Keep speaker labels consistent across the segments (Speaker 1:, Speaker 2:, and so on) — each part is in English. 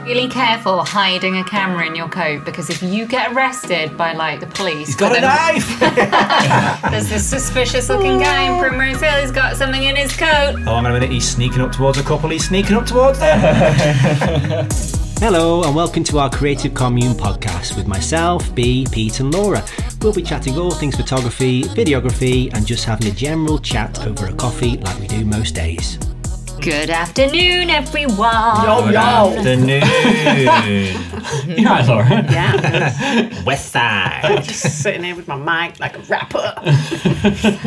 Speaker 1: really careful hiding a camera in your coat because if you get arrested by like the police,
Speaker 2: He's got
Speaker 1: for
Speaker 2: a
Speaker 1: them-
Speaker 2: knife!
Speaker 1: There's this suspicious looking guy in Primrose Hill. He's got something in his coat.
Speaker 2: oh, hang on a minute, he's sneaking up towards a couple, he's sneaking up towards them!
Speaker 3: Hello, and welcome to our Creative Commune podcast with myself, B, Pete, and Laura. We'll be chatting all things photography, videography, and just having a general chat over a coffee like we do most days.
Speaker 1: Good afternoon, everyone. Oh
Speaker 2: Good afternoon!
Speaker 4: You're right, Laura.
Speaker 5: Yeah,
Speaker 2: West Side!
Speaker 5: I'm just sitting here with my mic like a rapper.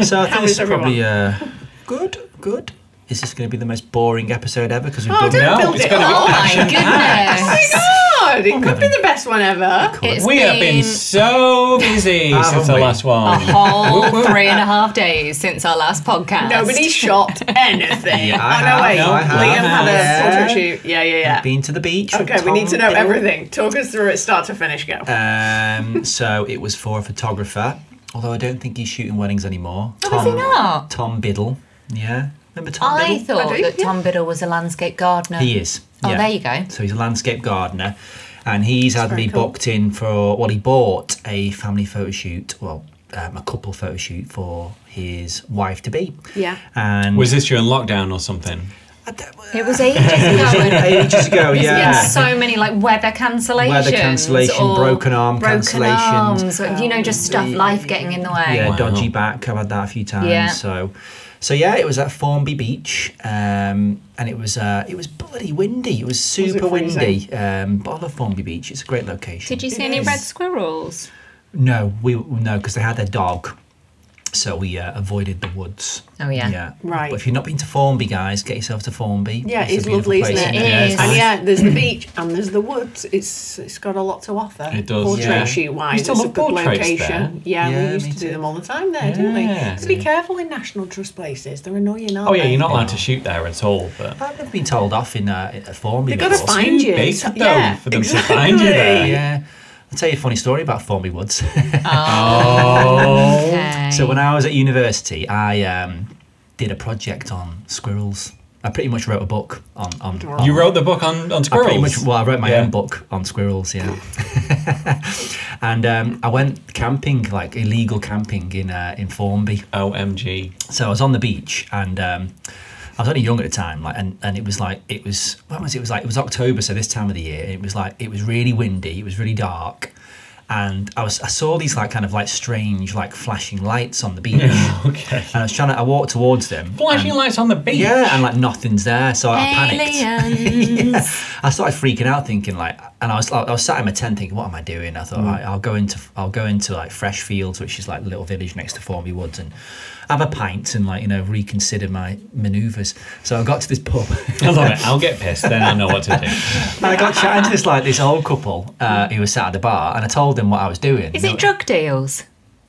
Speaker 2: So I think
Speaker 5: is
Speaker 2: this is probably uh, good. Good. Is this going to be the most boring episode ever? Because we've
Speaker 5: Oh,
Speaker 2: done
Speaker 5: don't
Speaker 2: now.
Speaker 5: build
Speaker 4: it's
Speaker 5: it
Speaker 4: gonna be
Speaker 5: up. Oh
Speaker 1: Oh my goodness.
Speaker 5: God, it could be the best one ever.
Speaker 1: It's
Speaker 4: We have been so busy since the
Speaker 2: we?
Speaker 4: last
Speaker 1: a
Speaker 4: one.
Speaker 1: whole three and a half days since our last podcast.
Speaker 5: Nobody shot anything.
Speaker 2: Yeah, I
Speaker 5: oh
Speaker 2: have,
Speaker 5: no, wait.
Speaker 2: no, I have.
Speaker 5: Liam had
Speaker 2: Yeah.
Speaker 5: a photo shoot. Yeah, yeah, yeah.
Speaker 2: Been to the beach. with
Speaker 5: Okay, we need to
Speaker 2: Tom
Speaker 5: know
Speaker 2: Dill.
Speaker 5: everything. Talk us through it, start to finish. Go.
Speaker 2: Um, so it was for a photographer, although I don't think he's shooting weddings anymore. Oh,
Speaker 1: is he not?
Speaker 2: Tom Biddle. Yeah. Remember Tom
Speaker 1: I
Speaker 2: Biddle?
Speaker 1: thought
Speaker 5: I do,
Speaker 1: that Tom Biddle was a landscape gardener.
Speaker 2: He is.
Speaker 1: Oh,
Speaker 2: yeah.
Speaker 1: there you go.
Speaker 2: So he's a landscape gardener, and he's had me booked in for well, he bought a family photo shoot, well, um, a couple photo shoot for his wife to be.
Speaker 5: Yeah.
Speaker 2: And
Speaker 4: Was this during lockdown or something?
Speaker 2: I don't-
Speaker 1: It was ages ago.
Speaker 2: ages
Speaker 1: Yeah.
Speaker 2: ago? Oh, Yeah.
Speaker 1: so many like weather cancellations,
Speaker 2: Weather cancellation,
Speaker 1: or
Speaker 2: broken arm
Speaker 1: broken
Speaker 2: cancellations.
Speaker 1: arms, you know, just stuff, life getting in the way.
Speaker 2: Yeah,
Speaker 4: Wow.
Speaker 2: dodgy back. I've had that a few times.
Speaker 1: Yeah.
Speaker 2: So, so yeah, it was at Formby Beach, um, and it was uh, it was bloody windy. It was
Speaker 5: it
Speaker 2: super
Speaker 5: freezing?
Speaker 2: windy. Um, but I love Formby Beach. It's a great location.
Speaker 1: Did you see any red squirrels?
Speaker 2: No, we no because they had their dog, so we uh, avoided the woods.
Speaker 1: Oh, yeah.
Speaker 2: yeah.
Speaker 5: Right.
Speaker 2: But if you've not been to Formby, guys, get yourself to Formby. a
Speaker 5: Yeah, it's,
Speaker 2: beautiful
Speaker 5: lovely, isn't
Speaker 2: place,
Speaker 5: it?
Speaker 1: isn't it? Yeah, it's
Speaker 5: and
Speaker 1: nice.
Speaker 5: yeah, there's the beach and there's the woods. It's it's got a lot to offer.
Speaker 4: It does,
Speaker 5: Portrait
Speaker 2: yeah.
Speaker 5: shoot wise,
Speaker 4: You still
Speaker 5: it's a
Speaker 4: love
Speaker 5: good
Speaker 4: portraits
Speaker 5: location. Yeah,
Speaker 2: Yeah,
Speaker 5: we used
Speaker 2: me
Speaker 5: to do
Speaker 2: too.
Speaker 5: them all the time there, didn't we?
Speaker 4: Yeah.
Speaker 5: So be careful in National Trust places. They're annoying, aren't
Speaker 4: Oh
Speaker 5: they?
Speaker 4: yeah, you're not allowed to shoot there at all. But
Speaker 2: I've never been told off in uh, at Formby.
Speaker 5: They've got to
Speaker 2: before.
Speaker 5: find
Speaker 4: too
Speaker 5: you.
Speaker 4: big,
Speaker 5: So-
Speaker 4: though, for them to find you there.
Speaker 2: Yeah. I'll tell you a funny story about Formby Woods.
Speaker 4: oh,
Speaker 1: Okay.
Speaker 2: So when I was at university, I um, did a project on squirrels. I pretty much wrote a book on. on, on
Speaker 4: you wrote the book on on
Speaker 2: I
Speaker 4: squirrels.
Speaker 2: pretty much, well, I wrote my
Speaker 4: Yeah.
Speaker 2: own book on squirrels, yeah. and um, I went camping, like illegal camping in uh, in Formby.
Speaker 4: Omg.
Speaker 2: So I was on the beach and um, I was only young at the time, like, and, and it was like it was when was it? it was like it was October, so this time of the year, and it was like it was really windy, it was really dark, and I was I saw these like kind of like strange like flashing lights on the beach, and
Speaker 4: Okay.
Speaker 2: I was trying to I walked towards them,
Speaker 4: Flashing lights on the beach.
Speaker 2: yeah, and like nothing's there, so I panicked.
Speaker 1: Alien.
Speaker 2: I started freaking out, thinking like, and I was like, I was sat in my tent thinking, what am I doing? I thought
Speaker 1: Mm.
Speaker 2: right, I'll go into I'll go into like Fresh Fields, which is like a little village next to Formby Woods, and have a pint and like you know reconsider my manoeuvres. So I got to this pub.
Speaker 4: I love it. I'll get pissed. Then I know what to do.
Speaker 2: and I got chatting to this like this old couple uh, who was sat at the bar, and I told them what I was doing.
Speaker 1: Is
Speaker 2: They
Speaker 1: it
Speaker 2: were-
Speaker 1: drug deals?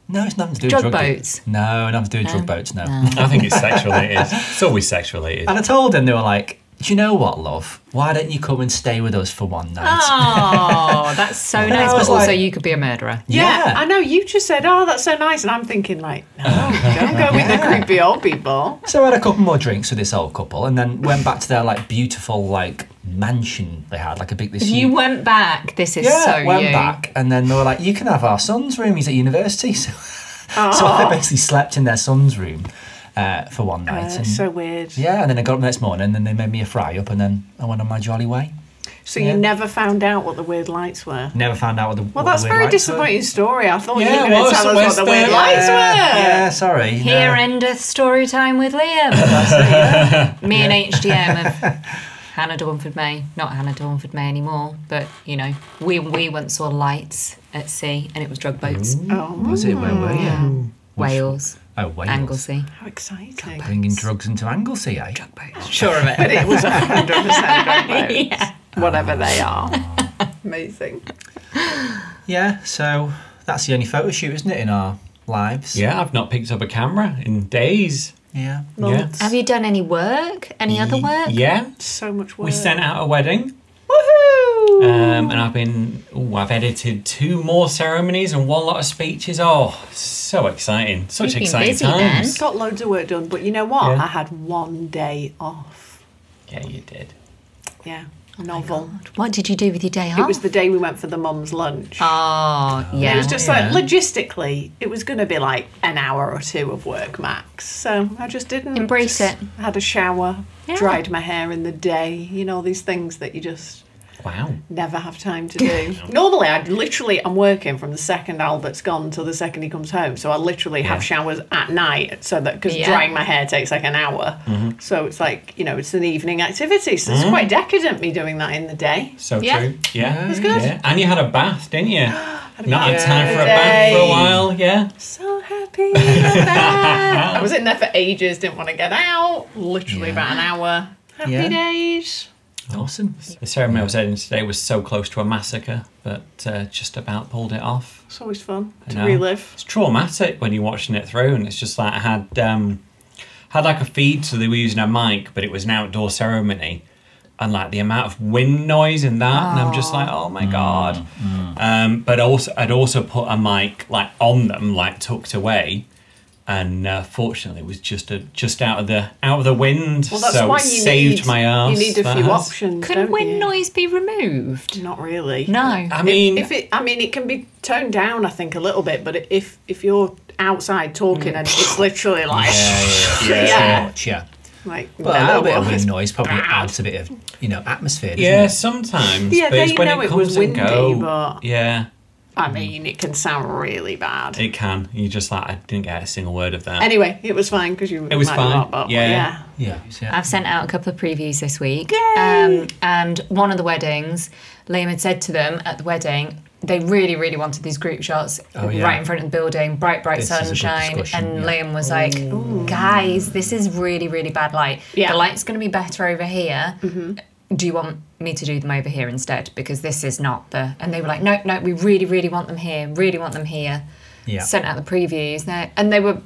Speaker 2: No, it's nothing to do
Speaker 1: drug
Speaker 2: with drug de-
Speaker 1: boats?
Speaker 2: No, nothing to do with drug boats. No.
Speaker 4: I think it's sex related. It's always sex related.
Speaker 2: And I told them they were like, do you know what, love? Why don't you come and stay with us for one night?
Speaker 5: Ah,
Speaker 1: Oh, that's so nice.
Speaker 2: I was
Speaker 1: But also,
Speaker 2: like-
Speaker 1: you could be a murderer.
Speaker 5: Yeah,
Speaker 2: Yeah.
Speaker 5: I know. You just said, "Oh, that's so nice," and I'm thinking, like, no, don't go with the creepy old people.
Speaker 2: So I had a couple more drinks with this old couple, and then went back to their like beautiful like mansion they had, like a big this.
Speaker 1: You went back. This is
Speaker 2: yeah,
Speaker 1: so
Speaker 2: went
Speaker 1: you.
Speaker 2: back, and then they were like, "You can have our son's room. He's at university." So, so
Speaker 5: Ah.
Speaker 2: I basically slept in their son's room uh, for one night. and,
Speaker 5: That's so weird.
Speaker 2: yeah, and then I got up the next morning, and then they made me a fry up, and then I went on my jolly way.
Speaker 5: So
Speaker 2: Yeah.
Speaker 5: you never found out what the weird lights were.
Speaker 2: Never found out what the.
Speaker 5: Well, that's a very disappointing story. I thought you
Speaker 4: Yeah,
Speaker 5: were going
Speaker 4: well,
Speaker 5: to tell
Speaker 4: so
Speaker 5: us
Speaker 4: where's
Speaker 5: what the weird
Speaker 4: the-
Speaker 5: lights
Speaker 2: Yeah, yeah,
Speaker 5: were.
Speaker 2: sorry.
Speaker 1: Here
Speaker 2: no.
Speaker 1: endeth story time with Liam. Me and HDM of Hannah Dornford May, not Hannah Dornford May anymore, but you know, we we once saw lights at sea, and it was drug boats,
Speaker 5: Oh,
Speaker 2: Was it where were you?
Speaker 1: Wales,
Speaker 2: Oh, Wales.
Speaker 1: Anglesey,
Speaker 5: how exciting!
Speaker 2: Bringing drugs into Anglesey, eh?
Speaker 1: drug boats. Sure of
Speaker 5: But
Speaker 1: it.
Speaker 5: it was hundred percent drug boats, whatever they are. Amazing.
Speaker 2: Yeah, so that's the only photo shoot, isn't it, in our lives?
Speaker 4: Yeah, I've not picked up a camera in days.
Speaker 2: Yeah.
Speaker 4: Yeah.
Speaker 5: Months.
Speaker 1: Have you done any work? Any other work?
Speaker 4: Yeah.
Speaker 5: So much work.
Speaker 4: We sent out a wedding.
Speaker 5: Woohoo!
Speaker 4: Um, and I've been, ooh, I've edited two more ceremonies and one lot of speeches. Oh, so exciting! Such
Speaker 1: You've been
Speaker 4: exciting
Speaker 1: busy
Speaker 4: times.
Speaker 5: Got loads of work done, but you know what?
Speaker 4: Yeah.
Speaker 5: I had one day off.
Speaker 4: Yeah, you did.
Speaker 5: Yeah.
Speaker 1: Oh
Speaker 5: novel.
Speaker 1: What did you do with your day off?
Speaker 5: It was the day we went for the mum's lunch.
Speaker 1: oh, yeah.
Speaker 5: It was just
Speaker 2: Yeah.
Speaker 5: like logistically, it was going to be like an hour or two of work max. So I just didn't
Speaker 1: Embrace
Speaker 5: Just
Speaker 1: it.
Speaker 5: Had a shower,
Speaker 1: Yeah.
Speaker 5: dried my hair in the day. You know these things that you just
Speaker 4: Wow.
Speaker 5: never have time to do. Normally, I literally I'm working from the second Albert's gone till the second he comes home. So I literally have showers at night, so that because
Speaker 1: Yeah.
Speaker 5: drying my hair takes like an hour. So it's like you know it's an evening activity. So it's quite decadent me doing that in the day.
Speaker 4: So
Speaker 1: Yeah.
Speaker 4: true. Yeah.
Speaker 5: It's good.
Speaker 4: Yeah. And you had a bath, didn't you? Not
Speaker 5: bath
Speaker 4: had time
Speaker 5: the
Speaker 4: for a
Speaker 5: other
Speaker 4: bath for a
Speaker 5: day.
Speaker 4: while. Yeah.
Speaker 5: So happy. I was in there for ages. Didn't want to get out. Literally about an hour. Happy
Speaker 2: Yeah.
Speaker 5: days.
Speaker 2: Awesome.
Speaker 4: The ceremony I was heading today was so close to a massacre, but uh, just about pulled it off.
Speaker 5: It's always fun
Speaker 4: I
Speaker 5: to
Speaker 4: know.
Speaker 5: relive.
Speaker 4: It's traumatic when you're watching it through, and it's just like I had um, had like a feed, so they were using a mic, but it was an outdoor ceremony, and like the amount of wind noise in that, and I'm just like, oh my god. Um, but also, I'd also put a mic like on them, like tucked away. And uh, fortunately, it was just a, just out of the out of the wind,
Speaker 5: Well, that's
Speaker 4: so
Speaker 5: why
Speaker 4: it
Speaker 5: you
Speaker 4: saved
Speaker 5: need
Speaker 4: my ass.
Speaker 5: you need a
Speaker 4: that
Speaker 5: few
Speaker 4: has.
Speaker 5: options.
Speaker 1: Could
Speaker 5: don't
Speaker 1: wind
Speaker 5: you?
Speaker 1: noise be removed?
Speaker 5: Not really.
Speaker 1: No.
Speaker 4: I mean,
Speaker 5: if it, I mean, it can be toned down, I think, a little bit. But if if you're outside talking and
Speaker 4: Mm.
Speaker 5: it's literally like,
Speaker 2: Yeah,
Speaker 5: yeah,
Speaker 2: Too much, yeah.
Speaker 5: like
Speaker 2: But a
Speaker 5: no,
Speaker 2: little bit of
Speaker 5: well,
Speaker 2: wind noise probably adds a bit of, you know, atmosphere. doesn't
Speaker 4: Yeah,
Speaker 2: it?
Speaker 4: sometimes.
Speaker 5: Yeah,
Speaker 4: but
Speaker 5: there
Speaker 4: it's
Speaker 5: you
Speaker 4: when
Speaker 5: know
Speaker 4: it
Speaker 5: it was
Speaker 4: comes and
Speaker 5: windy,
Speaker 4: go-
Speaker 5: but-
Speaker 4: yeah,
Speaker 5: I mean, it can sound really bad.
Speaker 4: it can. You just like I didn't get a single word of that.
Speaker 5: anyway, it was fine because you.
Speaker 4: it was
Speaker 5: might
Speaker 4: fine.
Speaker 5: Not, but
Speaker 4: yeah.
Speaker 5: yeah.
Speaker 2: Yeah. yeah.
Speaker 1: I've sent out a couple of previews this week. Um, and one of the weddings, Liam had said to them at the wedding, they really, really wanted these group shots
Speaker 2: Oh, yeah.
Speaker 1: right in front of the building, bright, bright
Speaker 2: This is a good
Speaker 1: sunshine.
Speaker 2: discussion,
Speaker 1: And
Speaker 2: yeah.
Speaker 1: Liam was like, guys, this is really, really bad light.
Speaker 5: Yeah.
Speaker 1: The light's going to be better over here.
Speaker 2: Mm-hmm.
Speaker 1: Do you want me to do them over here instead? Because this is not the. And they were like, no, no, we really, really want them here, really want them here.
Speaker 2: Yeah.
Speaker 1: Sent out the previews. and they- And they were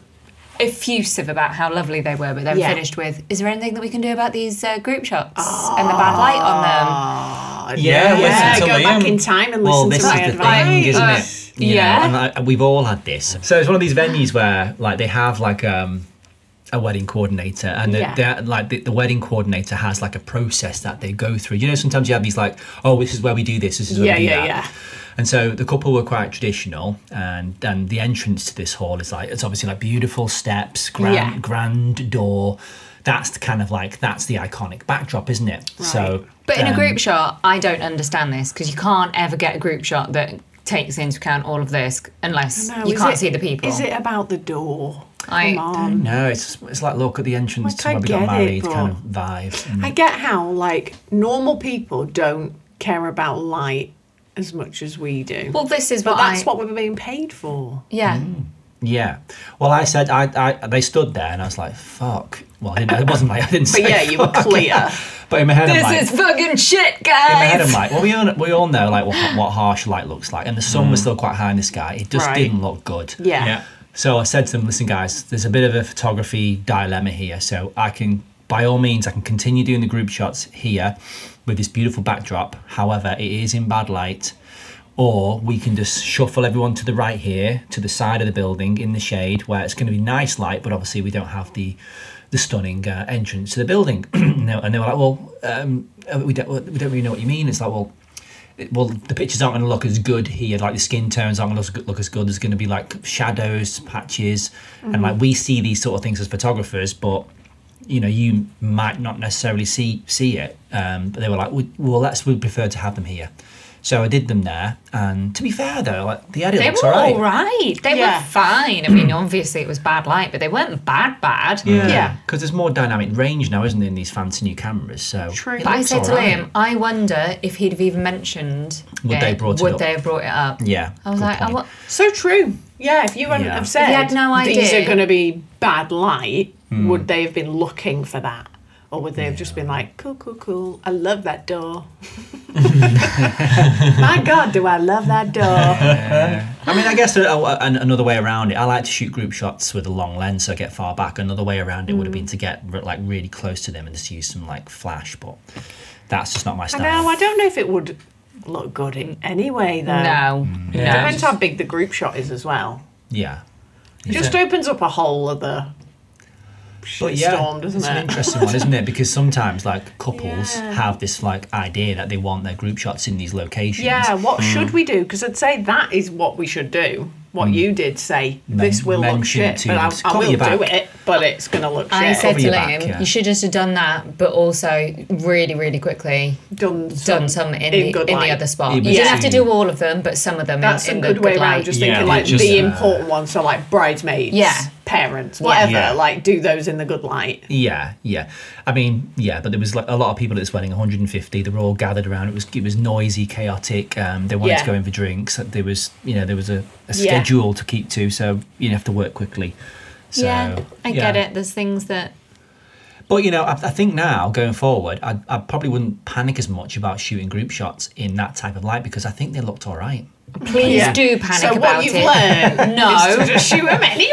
Speaker 1: effusive about how lovely they were, but then
Speaker 5: Yeah.
Speaker 1: finished with, "Is there anything that we can do about these uh, group shots and the bad light on them?"
Speaker 4: Yeah,
Speaker 5: Yeah,
Speaker 4: listen to
Speaker 5: go
Speaker 4: Liam.
Speaker 5: back in time and
Speaker 2: Well,
Speaker 5: listen
Speaker 2: this
Speaker 5: to
Speaker 2: is
Speaker 5: my
Speaker 2: the
Speaker 5: advice.
Speaker 2: thing, isn't
Speaker 1: Right.
Speaker 2: it? You know,
Speaker 1: Yeah.
Speaker 2: and I, we've all had this. So it's one of these venues where, like, they have like um, a wedding coordinator, and the,
Speaker 5: Yeah.
Speaker 2: they're- like the, the wedding coordinator has like a process that they go through. You know, sometimes you have these like, oh, this is where we do this. This is where
Speaker 5: Yeah,
Speaker 2: we do
Speaker 5: yeah,
Speaker 2: that.
Speaker 5: yeah.
Speaker 2: And so the couple were quite traditional, and and the entrance to this hall is like it's obviously like beautiful steps, grand
Speaker 5: Yeah.
Speaker 2: grand door. That's the kind of like that's the iconic backdrop, isn't it? So,
Speaker 1: But in a
Speaker 2: um,
Speaker 1: group shot, I don't understand this because you can't ever get a group shot that takes into account all of this unless
Speaker 5: No,
Speaker 1: you
Speaker 5: is
Speaker 1: can't
Speaker 5: it-
Speaker 1: see the people.
Speaker 5: Is it about the door? Come
Speaker 1: I
Speaker 5: on.
Speaker 2: No, it's it's like look at the entrance to
Speaker 5: Like, I
Speaker 2: where we
Speaker 5: get
Speaker 2: got
Speaker 5: it,
Speaker 2: married
Speaker 5: but-
Speaker 2: kind of vibe. And
Speaker 5: I get how like normal people don't care about light as much as we do.
Speaker 1: Well, this is
Speaker 5: but
Speaker 1: what
Speaker 5: that's
Speaker 1: I.
Speaker 5: what we're being paid for.
Speaker 1: yeah.
Speaker 2: Mm. yeah. Well, I said I, I they stood there and I was like fuck. Well, I didn't, it wasn't like I didn't.
Speaker 5: But
Speaker 2: Say
Speaker 5: yeah, you were
Speaker 2: fuck.
Speaker 5: clear.
Speaker 2: But in my head, I'm
Speaker 1: This
Speaker 2: like,
Speaker 1: is fucking shit,
Speaker 2: in my head, I'm
Speaker 1: guys.
Speaker 2: like, well, we all, we all know like what, what harsh light looks like, and the sun was still quite high in the sky. It just
Speaker 5: Mm. Right.
Speaker 2: didn't look good.
Speaker 5: Yeah.
Speaker 4: yeah,
Speaker 2: So I said to them, listen, guys, there's a bit of a photography dilemma here. So I can, by all means, I can continue doing the group shots here with this beautiful backdrop. However, it is in bad light. Or we can just shuffle everyone to the right here, to the side of the building in the shade, where it's going to be nice light, but obviously we don't have the the stunning uh, entrance to the building. and, they, and they were like, well, um, uh, we, don't, we don't really know what you mean. It's like, well, it- well, the pictures aren't going to look as good here. Like the skin tones aren't going to look, look as good. There's going to be like shadows, patches, and like we see these sort of things as photographers, but you know you might not necessarily see see it. Um, but they were like, "We- well, that's we prefer to have them here. So I did them there, and to be fair though, like the edit
Speaker 1: They
Speaker 2: looks
Speaker 1: were all
Speaker 2: alright.
Speaker 1: right. They
Speaker 5: Yeah.
Speaker 1: were fine. I mean, obviously it was bad light, but they weren't bad, bad.
Speaker 5: Yeah.
Speaker 2: because Um, there's more dynamic range now, isn't there, in these fancy new cameras? So
Speaker 5: True.
Speaker 2: it
Speaker 1: But I
Speaker 2: looks
Speaker 1: said to
Speaker 2: alright.
Speaker 1: Liam, I wonder if he'd have even mentioned
Speaker 2: Would they brought it
Speaker 1: would
Speaker 2: up?
Speaker 1: they have brought it up?
Speaker 2: yeah,
Speaker 1: I was
Speaker 2: good
Speaker 5: "Oh,
Speaker 1: like, I
Speaker 2: point.
Speaker 1: wa-
Speaker 5: So true. Yeah, if you hadn't
Speaker 2: Yeah.
Speaker 5: have said
Speaker 1: If you had no
Speaker 5: these
Speaker 1: idea.
Speaker 5: are going to be bad light,
Speaker 2: Hmm.
Speaker 5: would they have been looking for that? Or would they have just been like, cool, cool, cool, I love that door. My God, do I love that door.
Speaker 2: I mean, I guess a, a, an- another way around it. I like to shoot group shots with a long lens, so I get far back. Another way around it would
Speaker 5: Mm.
Speaker 2: have been to get re- like really close to them and just use some like flash, but that's just not my
Speaker 5: I
Speaker 2: style.
Speaker 5: know, I don't know if it would look good in any way, though.
Speaker 1: no,
Speaker 4: Yeah.
Speaker 1: no.
Speaker 5: Depends how big the group shot is as well.
Speaker 2: Yeah,
Speaker 5: It just opens up a whole other
Speaker 2: But
Speaker 5: shit
Speaker 2: yeah,
Speaker 5: storm, doesn't
Speaker 2: it's
Speaker 5: it?
Speaker 2: an interesting one, isn't it? Because sometimes like couples
Speaker 5: Yeah.
Speaker 2: have this like idea that they want their group shots in these locations.
Speaker 5: Yeah, what should we do? Because I'd say that is what we should do. What you did say, this will look
Speaker 2: mention
Speaker 5: shit,
Speaker 2: to
Speaker 5: but I,
Speaker 2: them to
Speaker 5: I
Speaker 2: cover
Speaker 5: will
Speaker 2: your
Speaker 5: do
Speaker 2: back.
Speaker 5: it, but it's going to look
Speaker 1: I
Speaker 5: shit.
Speaker 1: said
Speaker 2: Cover
Speaker 1: to
Speaker 2: your
Speaker 1: Liam,
Speaker 2: back, yeah.
Speaker 1: you should just have done that, but also really, really quickly
Speaker 5: done,
Speaker 1: done some in, the,
Speaker 5: good
Speaker 1: in the
Speaker 5: light.
Speaker 1: other spot.
Speaker 2: Yeah,
Speaker 1: You
Speaker 2: but
Speaker 1: didn't
Speaker 5: yeah.
Speaker 1: have to do all of them, but some of them
Speaker 5: That's
Speaker 1: in,
Speaker 5: a
Speaker 1: in
Speaker 5: good
Speaker 1: the
Speaker 5: way
Speaker 1: good
Speaker 5: around,
Speaker 1: light.
Speaker 5: just
Speaker 4: Yeah,
Speaker 5: thinking
Speaker 4: like
Speaker 5: like
Speaker 4: just,
Speaker 5: the
Speaker 4: uh,
Speaker 5: important ones, so like bridesmaids,
Speaker 1: Yeah.
Speaker 5: parents, whatever,
Speaker 2: Yeah.
Speaker 5: like do those in the good light.
Speaker 2: Yeah, yeah. I mean, yeah, but there was like a lot of people at this wedding, 150. They were all gathered around. It was it was noisy, chaotic. Um, they wanted
Speaker 5: Yeah.
Speaker 2: to go in for drinks. There was you know there was a, a
Speaker 5: Yeah.
Speaker 2: schedule to keep to, so you have to work quickly. So,
Speaker 1: yeah, I get
Speaker 2: yeah.
Speaker 1: it. There's things that
Speaker 2: But you know, I, I think now going forward, I, I probably wouldn't panic as much about shooting group shots in that type of light because I think they looked all right.
Speaker 1: please
Speaker 5: Yeah.
Speaker 1: do panic
Speaker 5: so
Speaker 1: about
Speaker 5: what you've
Speaker 1: it.
Speaker 5: learned is to
Speaker 1: No,
Speaker 5: just shoot them anyway.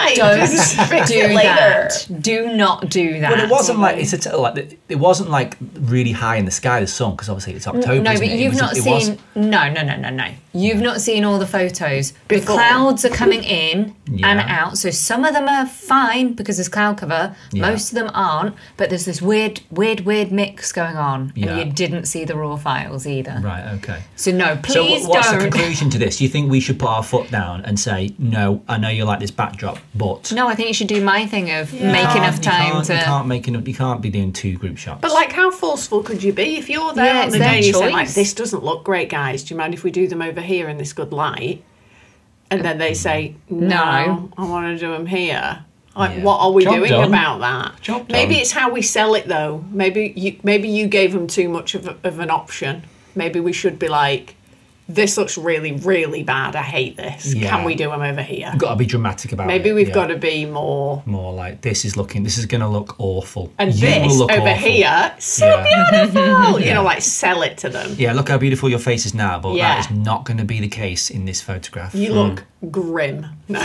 Speaker 5: Like,
Speaker 1: don't
Speaker 5: just fix
Speaker 1: do
Speaker 5: it later.
Speaker 1: that. Do not do that.
Speaker 2: But it wasn't like it's a t- like it wasn't like really high in the sky the sun because obviously it's October.
Speaker 1: No,
Speaker 2: isn't
Speaker 1: but
Speaker 2: it? It
Speaker 1: you've
Speaker 2: was-
Speaker 1: not
Speaker 2: it was-
Speaker 1: seen. No, no, no, no, no. You've not seen all the photos.
Speaker 5: Before.
Speaker 1: The clouds are coming in and
Speaker 2: Yeah.
Speaker 1: out. So some of them are fine because there's cloud cover.
Speaker 2: Yeah.
Speaker 1: Most of them aren't. But there's this weird, weird, weird mix going on.
Speaker 2: Yeah.
Speaker 1: And you didn't see the raw files either.
Speaker 2: right. Okay.
Speaker 1: So no,
Speaker 2: So wh-
Speaker 1: please
Speaker 2: what's the
Speaker 1: don't.
Speaker 2: conclusion to this? Do you think we should put our foot down and say, no, I know you like this backdrop, but
Speaker 1: no, I think you should do my thing of
Speaker 2: You
Speaker 1: make
Speaker 2: can't-
Speaker 1: enough
Speaker 2: you
Speaker 1: time
Speaker 2: can't-
Speaker 1: to.
Speaker 2: You can't make enough. You can't be doing two group shots.
Speaker 5: But like, how forceful could you be if you're there
Speaker 1: Yeah,
Speaker 5: on
Speaker 1: it's
Speaker 5: the
Speaker 1: their
Speaker 5: day and you say, like,
Speaker 1: choice.
Speaker 5: this doesn't look great, guys. Do you mind if we do them over here in this good light? And then they say, no,
Speaker 1: No.
Speaker 5: I want to do them here. Like,
Speaker 2: Yeah.
Speaker 5: what are we
Speaker 4: Job
Speaker 5: doing
Speaker 4: done.
Speaker 5: about that?
Speaker 4: Job
Speaker 5: maybe
Speaker 4: done.
Speaker 5: it's how we sell it, though. Maybe you, maybe you gave them too much of, a, of an option. Maybe we should be like, this looks really, really bad. I hate this.
Speaker 2: Yeah.
Speaker 5: Can we do them over here?
Speaker 2: you've got to be dramatic about it.
Speaker 5: Maybe we've
Speaker 2: yeah.
Speaker 5: got to be more.
Speaker 2: more like this is looking. This is going to look awful.
Speaker 5: And
Speaker 2: You will
Speaker 5: this
Speaker 2: look
Speaker 5: over
Speaker 2: awful.
Speaker 5: here, so
Speaker 2: Yeah.
Speaker 5: beautiful. You
Speaker 2: Yeah.
Speaker 5: know, like sell it to them.
Speaker 2: Yeah, look how beautiful your face is now, but
Speaker 5: Yeah.
Speaker 2: that is not going to be the case in this photograph.
Speaker 5: You look grim. No.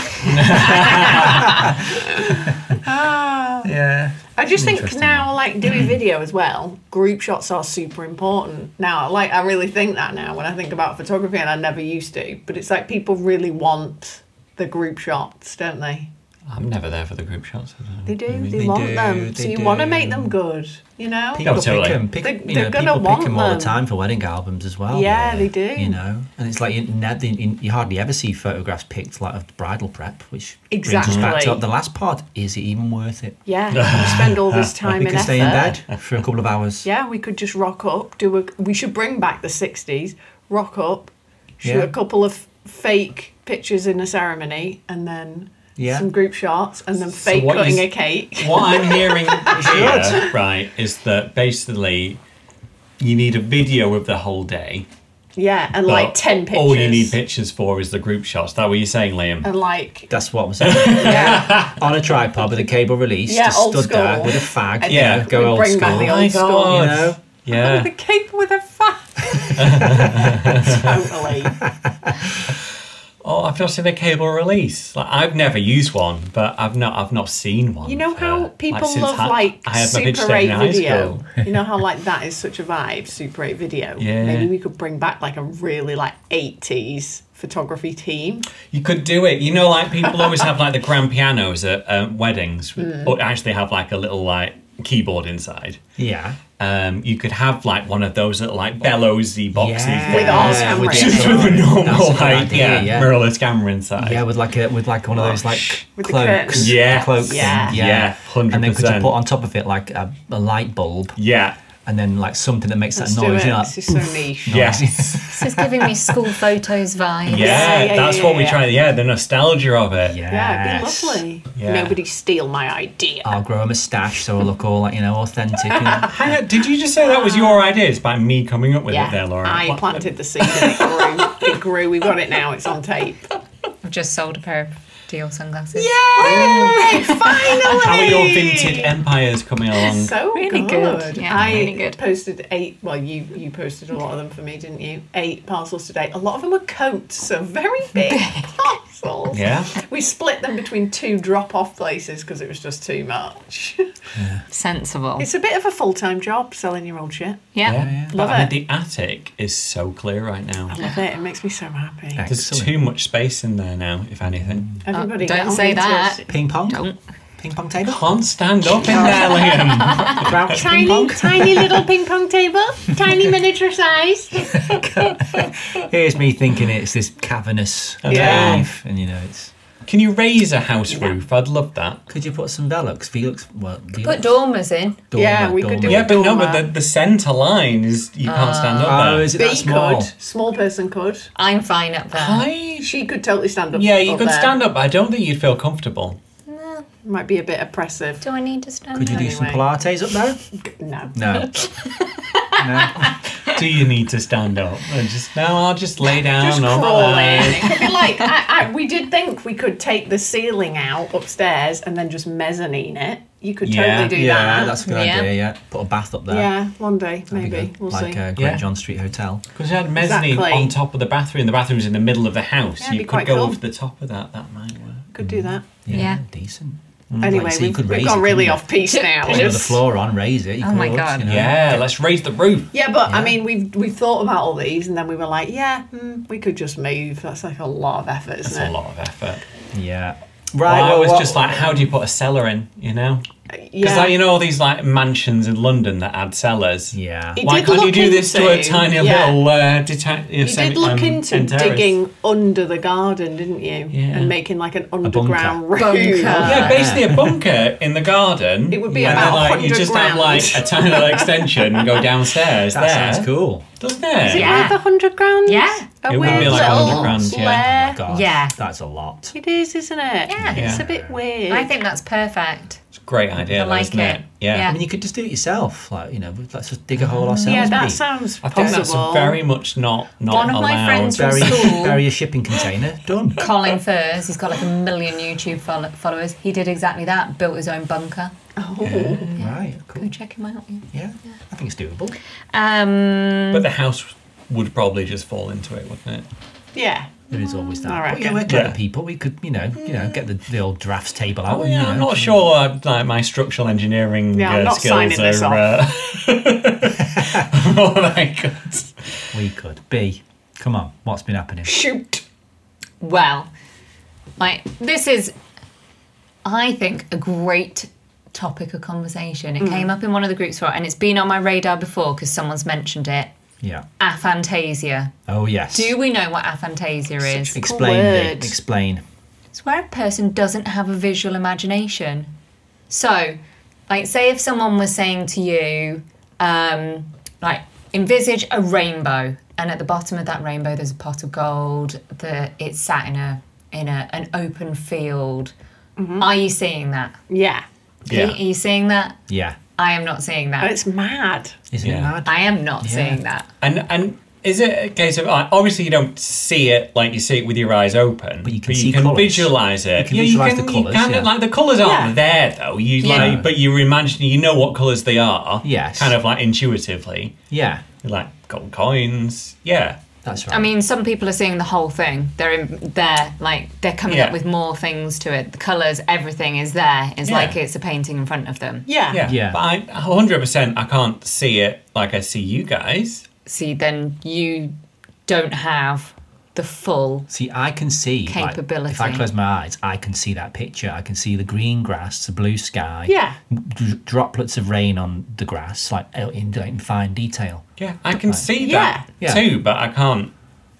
Speaker 2: yeah.
Speaker 5: I just think
Speaker 2: Interesting Hmm.
Speaker 5: now, like doing video as well, group shots are super important. Now, like I really think that now when I think about photography, and I never used to, but it's like people really want the group shots, don't they?
Speaker 4: I'm never there for the group shots. I don't know.
Speaker 5: They do.
Speaker 4: I mean,
Speaker 5: they,
Speaker 2: they
Speaker 5: want
Speaker 2: do,
Speaker 5: them. So
Speaker 2: they
Speaker 5: you want to
Speaker 2: do.
Speaker 5: make them good. You know.
Speaker 2: People
Speaker 4: Oh, totally.
Speaker 2: pick 'em- pick-
Speaker 5: They-
Speaker 2: you
Speaker 5: they're
Speaker 2: know,
Speaker 5: gonna
Speaker 2: people
Speaker 5: want
Speaker 2: pick 'em all
Speaker 5: them.
Speaker 2: the time for wedding albums as well.
Speaker 5: Yeah,
Speaker 2: really.
Speaker 5: they do.
Speaker 2: You know, and it's like you, ne- you, you hardly ever see photographs picked like of bridal prep, which brings us back
Speaker 5: Exactly.
Speaker 2: to the last part. Is it even worth it?
Speaker 5: Yeah. you spend all this time
Speaker 2: we
Speaker 5: and
Speaker 2: could
Speaker 5: effort.
Speaker 2: stay in bed for a couple of hours.
Speaker 5: Yeah, we could just rock up. Do a. We should bring back the '60s. Rock up, shoot
Speaker 2: Yeah.
Speaker 5: a couple of fake pictures in a ceremony, and then
Speaker 2: Yeah.
Speaker 5: some group shots, and then fake
Speaker 4: what
Speaker 5: cutting
Speaker 4: is-
Speaker 5: a cake.
Speaker 4: What I'm hearing here, right, is that basically you need a video of the whole day.
Speaker 5: Yeah, and
Speaker 4: but
Speaker 5: like ten pictures. Oh,
Speaker 4: All you need pictures for is the group shots. That what you're saying, Liam?
Speaker 5: And like
Speaker 2: That's what I'm saying.
Speaker 5: yeah,
Speaker 2: On a tripod with a cable release,
Speaker 5: Yeah,
Speaker 2: just
Speaker 5: old
Speaker 2: stood there
Speaker 5: school.
Speaker 2: with a fag.
Speaker 5: And
Speaker 2: yeah,
Speaker 4: then
Speaker 2: go
Speaker 5: we
Speaker 2: old
Speaker 5: bring
Speaker 2: school.
Speaker 5: back the
Speaker 4: My
Speaker 5: old school,
Speaker 2: you
Speaker 4: God.
Speaker 2: know?
Speaker 5: the
Speaker 4: Yeah.
Speaker 5: cake with a fat. totally.
Speaker 4: Oh, I've not seen a cable release. Like I've never used one, but I've not I've not seen one.
Speaker 5: You know
Speaker 4: for-
Speaker 5: how people
Speaker 4: since
Speaker 5: love
Speaker 4: I-
Speaker 5: like
Speaker 4: I had my bitch
Speaker 5: Super
Speaker 4: taken in
Speaker 5: 8
Speaker 4: high
Speaker 5: video.
Speaker 4: school.
Speaker 5: you know how like that is such a vibe, Super 8 video.
Speaker 4: Yeah.
Speaker 5: Maybe we could bring back like a really like 80s photography team.
Speaker 4: You could do it. You know, like people always have like the grand pianos at um, weddings, or actually have like a little like keyboard inside.
Speaker 2: Yeah.
Speaker 4: Um, you could have like one of those little like bellowsy boxy
Speaker 2: Yeah.
Speaker 5: With all
Speaker 4: things
Speaker 5: cameras.
Speaker 4: just
Speaker 2: That's
Speaker 4: with a normal
Speaker 2: good
Speaker 4: like
Speaker 2: idea,
Speaker 4: yeah,
Speaker 2: yeah.
Speaker 4: mirrorless camera inside.
Speaker 2: Yeah, with like a with like one of those like
Speaker 4: Whoosh.
Speaker 5: With the
Speaker 2: cloaks,
Speaker 5: curtains.
Speaker 4: Yes.
Speaker 2: cloak thing,
Speaker 5: Yeah.
Speaker 4: Yeah,
Speaker 2: And then could you
Speaker 4: 100%.
Speaker 2: put on top of it like a, a light bulb,
Speaker 4: Yeah.
Speaker 2: and then like something that makes
Speaker 5: Let's
Speaker 2: that
Speaker 5: do
Speaker 2: noise.
Speaker 5: it.
Speaker 2: You know,
Speaker 5: This is so niche.
Speaker 4: Yes.
Speaker 1: This is giving me school photos vibes.
Speaker 4: yeah,
Speaker 5: yeah,
Speaker 4: that's
Speaker 5: yeah,
Speaker 4: what we
Speaker 5: yeah.
Speaker 4: try. Yeah, the nostalgia of it.
Speaker 5: Yeah, it'd
Speaker 2: Yes.
Speaker 5: be lovely.
Speaker 4: Yeah.
Speaker 5: Nobody steal my idea.
Speaker 2: I'll grow a moustache so I look all like you know authentic. And,
Speaker 4: Hang on, did you just say that was your idea? It's by me coming up with
Speaker 5: yeah,
Speaker 4: it there, Laura.
Speaker 5: I
Speaker 4: What-
Speaker 5: planted the seed and it grew. it grew. We've got it now. It's on tape.
Speaker 1: I've just sold a pair of Dior sunglasses.
Speaker 5: Yay! Finally!
Speaker 4: How are your vintage empires coming along?
Speaker 5: so
Speaker 1: Really
Speaker 5: good.
Speaker 1: good. Yeah,
Speaker 5: I
Speaker 1: really good.
Speaker 5: posted eight. Well, you you posted a lot of them for me, didn't you? Eight parcels today. A lot of them were coats, so very big parcels.
Speaker 4: Yeah.
Speaker 5: We split them between two drop-off places because it was just too much.
Speaker 1: Sensible.
Speaker 5: it's a bit of a full-time job selling your old shit.
Speaker 1: yeah.
Speaker 5: Love
Speaker 4: I mean,
Speaker 5: it.
Speaker 4: the attic is so clear right now.
Speaker 5: I love it. It makes me so happy.
Speaker 2: Excellent.
Speaker 5: Mm.
Speaker 4: There's too much space in there now, if anything.
Speaker 5: Everybody,
Speaker 1: don't
Speaker 5: get on
Speaker 1: say
Speaker 5: into
Speaker 1: that.
Speaker 5: it.
Speaker 2: Ping pong.
Speaker 1: Don't.
Speaker 3: ping pong table.
Speaker 4: Can't stand up in there, Liam.
Speaker 3: Crouch ping
Speaker 5: Tiny,
Speaker 3: pong.
Speaker 5: tiny little ping pong table, tiny miniature size.
Speaker 2: Here's me thinking it's this cavernous
Speaker 5: Yeah.
Speaker 2: cave, and you know it's.
Speaker 4: Can you raise a house roof? I'd love that.
Speaker 2: Could you put some Velux? Velux? Well,
Speaker 1: Put dormers in.
Speaker 2: Dormer,
Speaker 5: Yeah, we could do
Speaker 4: Yeah,
Speaker 5: it.
Speaker 4: but no,
Speaker 5: Dormer.
Speaker 4: but the, the centre line is you can't stand up
Speaker 2: Oh,
Speaker 4: there.
Speaker 2: is it
Speaker 5: But
Speaker 2: that
Speaker 5: you
Speaker 2: small?
Speaker 5: could. Small person could.
Speaker 1: I'm fine up there.
Speaker 4: I,
Speaker 5: She could totally stand up.
Speaker 4: yeah, you
Speaker 5: up
Speaker 4: could
Speaker 5: there.
Speaker 4: stand up, but I don't think you'd feel comfortable.
Speaker 5: Might be a bit oppressive.
Speaker 1: Do I need to stand
Speaker 2: Could you do some
Speaker 5: Anyway.
Speaker 2: Pilates up there?
Speaker 5: No.
Speaker 2: No.
Speaker 4: Do you need to stand up? And just no, I'll just lay down.
Speaker 5: Just
Speaker 4: over
Speaker 5: crawl
Speaker 4: there.
Speaker 5: in. It could be like I, I, we did think we could take the ceiling out upstairs and then just mezzanine it. You could
Speaker 4: Yeah,
Speaker 5: totally do
Speaker 2: yeah,
Speaker 5: that.
Speaker 2: that's a good
Speaker 1: Yeah.
Speaker 2: idea. Yeah, put a bath up there.
Speaker 5: yeah, one day
Speaker 2: That'd be
Speaker 5: maybe
Speaker 2: good.
Speaker 5: we'll
Speaker 2: like uh,
Speaker 5: see.
Speaker 2: a Great
Speaker 4: Yeah.
Speaker 2: John Street Hotel.
Speaker 4: Because you had mezzanine
Speaker 5: Exactly.
Speaker 4: on top of the bathroom. The bathroom's in the middle of the house.
Speaker 5: Yeah, it'd
Speaker 4: you
Speaker 5: be
Speaker 4: could
Speaker 5: quite
Speaker 4: go
Speaker 5: cool.
Speaker 4: over the top of that. That might work.
Speaker 5: could do that.
Speaker 2: Yeah,
Speaker 1: Yeah.
Speaker 2: decent.
Speaker 5: Anyway,
Speaker 2: mm. so you
Speaker 5: we've,
Speaker 2: could
Speaker 5: we've
Speaker 2: raise
Speaker 5: gone
Speaker 2: it, couldn't
Speaker 5: really
Speaker 2: you?
Speaker 5: off piece now.
Speaker 2: Put
Speaker 5: We're
Speaker 2: the
Speaker 5: just-
Speaker 2: floor on, raise it. You
Speaker 1: Oh
Speaker 2: can
Speaker 1: my
Speaker 2: go up,
Speaker 1: God.
Speaker 2: you know.
Speaker 4: Yeah, let's raise the roof.
Speaker 5: Yeah, but I mean, we've we've thought about all these, and then we were like, yeah, hmm, we could just move. That's like a lot of effort, isn't
Speaker 4: That's
Speaker 5: it?
Speaker 4: a lot of effort.
Speaker 2: Yeah.
Speaker 4: I
Speaker 2: Right. well,
Speaker 4: was
Speaker 2: what-
Speaker 4: just like, how do you put a cellar in? You know, because
Speaker 5: Yeah.
Speaker 4: you know all these like mansions in London that had cellars.
Speaker 2: Yeah.
Speaker 5: It-
Speaker 4: Why
Speaker 5: did
Speaker 4: can't you
Speaker 5: look
Speaker 4: do this to a
Speaker 5: into-
Speaker 4: tiny
Speaker 5: yeah.
Speaker 4: little uh, um, detached? You
Speaker 5: You did
Speaker 2: um,
Speaker 5: look into digging under the garden, didn't you?
Speaker 4: Yeah.
Speaker 5: And making like an underground room.
Speaker 1: Bunker.
Speaker 4: Yeah, basically a bunker in the garden.
Speaker 5: uh, It would be
Speaker 4: and then,
Speaker 5: about
Speaker 4: like you
Speaker 5: 100
Speaker 4: just have
Speaker 5: grand.
Speaker 4: like a tiny little extension and go downstairs.
Speaker 2: That
Speaker 4: there.
Speaker 2: sounds cool.
Speaker 4: doesn't it?
Speaker 5: Is it
Speaker 1: Yeah.
Speaker 5: worth a hundred grand?
Speaker 1: Yeah.
Speaker 5: A
Speaker 4: It would
Speaker 5: weird
Speaker 4: be like
Speaker 5: little
Speaker 4: 100 grand, yeah.
Speaker 5: lair.
Speaker 2: Oh God,
Speaker 1: Yeah.
Speaker 2: That's a lot.
Speaker 5: It is, isn't it?
Speaker 1: Yeah.
Speaker 5: It's
Speaker 4: Yeah.
Speaker 5: a bit weird.
Speaker 1: I think that's perfect.
Speaker 4: It's a great idea,
Speaker 1: I
Speaker 4: though,
Speaker 1: like
Speaker 4: isn't
Speaker 1: it.
Speaker 4: it? Yeah.
Speaker 2: I
Speaker 1: Yeah.
Speaker 2: mean, you could just do it yourself. Like, you know, let's just dig a hole
Speaker 1: Mm,
Speaker 2: ourselves.
Speaker 5: yeah, that
Speaker 2: maybe.
Speaker 5: sounds
Speaker 4: I think
Speaker 5: possible.
Speaker 4: that's very much not not
Speaker 1: One of my
Speaker 4: allowed.
Speaker 1: friends
Speaker 2: Bury,
Speaker 1: School.
Speaker 2: bury a shipping container. Done.
Speaker 1: Colin Furs, he's got like a million YouTube follow- followers. He did exactly that, built his own bunker.
Speaker 2: Right.
Speaker 1: Go
Speaker 2: Cool.
Speaker 1: check him out. yeah.
Speaker 2: Yeah. I think it's doable.
Speaker 1: Um,
Speaker 4: But the house would probably just fall into it, wouldn't it?
Speaker 5: yeah.
Speaker 2: There is always that.
Speaker 5: I
Speaker 2: But yeah,
Speaker 5: reckon.
Speaker 2: we're clever
Speaker 4: Yeah.
Speaker 2: people. We could, you know, you know, get the, the old drafts table out.
Speaker 4: Oh,
Speaker 2: and,
Speaker 4: yeah,
Speaker 2: you
Speaker 4: I'm
Speaker 2: know,
Speaker 4: not sure. uh, Like my structural engineering
Speaker 5: Yeah, I'm
Speaker 4: uh,
Speaker 5: not
Speaker 4: skills
Speaker 5: signing this
Speaker 4: are uh, all that good.
Speaker 2: We could. B. Come on. What's been happening?
Speaker 5: Shoot.
Speaker 1: Well, like this is, I think, a great topic of conversation. It came up in one of the groups for, and it's been on my radar before because someone's mentioned it.
Speaker 2: Yeah.
Speaker 1: Aphantasia.
Speaker 2: Oh yes.
Speaker 1: Do we know what aphantasia is?
Speaker 2: explain?
Speaker 5: word.
Speaker 2: Nick, Explain.
Speaker 1: It's where a person doesn't have a visual imagination. So, like, say if someone was saying to you, um, like, envisage a rainbow, and at the bottom of that rainbow there's a pot of gold that it's sat in a in a, an open field. Are you seeing that?
Speaker 5: Yeah.
Speaker 1: Pete,
Speaker 4: Yeah.
Speaker 1: Are you seeing that?
Speaker 2: Yeah.
Speaker 1: I am not seeing
Speaker 5: And
Speaker 1: that.
Speaker 5: it's mad.
Speaker 2: Isn't
Speaker 4: Yeah.
Speaker 2: it mad?
Speaker 1: I am not
Speaker 2: Yeah.
Speaker 1: seeing that.
Speaker 4: And and is it a case of like, obviously you don't see it like you see it with your eyes open,
Speaker 2: But you can see colours.
Speaker 4: visualize it.
Speaker 2: You can visualise the colours,
Speaker 4: can-
Speaker 2: yeah.
Speaker 4: Like the colors aren't there though. You
Speaker 1: Yeah.
Speaker 4: like, but you're imagining. You know what colors they are.
Speaker 2: Yes.
Speaker 4: Kind of like intuitively,
Speaker 2: Yeah.
Speaker 4: like gold coins. Yeah.
Speaker 2: That's right.
Speaker 1: I mean, some people are seeing the whole thing. They're in, they're like they're coming
Speaker 4: Yeah.
Speaker 1: up with more things to it. The colours, everything is there. It's
Speaker 4: Yeah.
Speaker 1: like it's a painting in front of them.
Speaker 5: Yeah.
Speaker 4: Yeah.
Speaker 2: Yeah.
Speaker 4: But I 100% I can't see it like I see you guys.
Speaker 1: See, then you don't have the full.
Speaker 2: See, I can see like, if I
Speaker 1: Capability.
Speaker 2: close my eyes, I can see that picture. I can see the green grass, the blue sky.
Speaker 5: Yeah.
Speaker 2: d- droplets of rain on the grass, like out in, in fine detail.
Speaker 4: Yeah. I can see
Speaker 5: Yeah.
Speaker 4: that
Speaker 2: Yeah.
Speaker 4: too, but I can't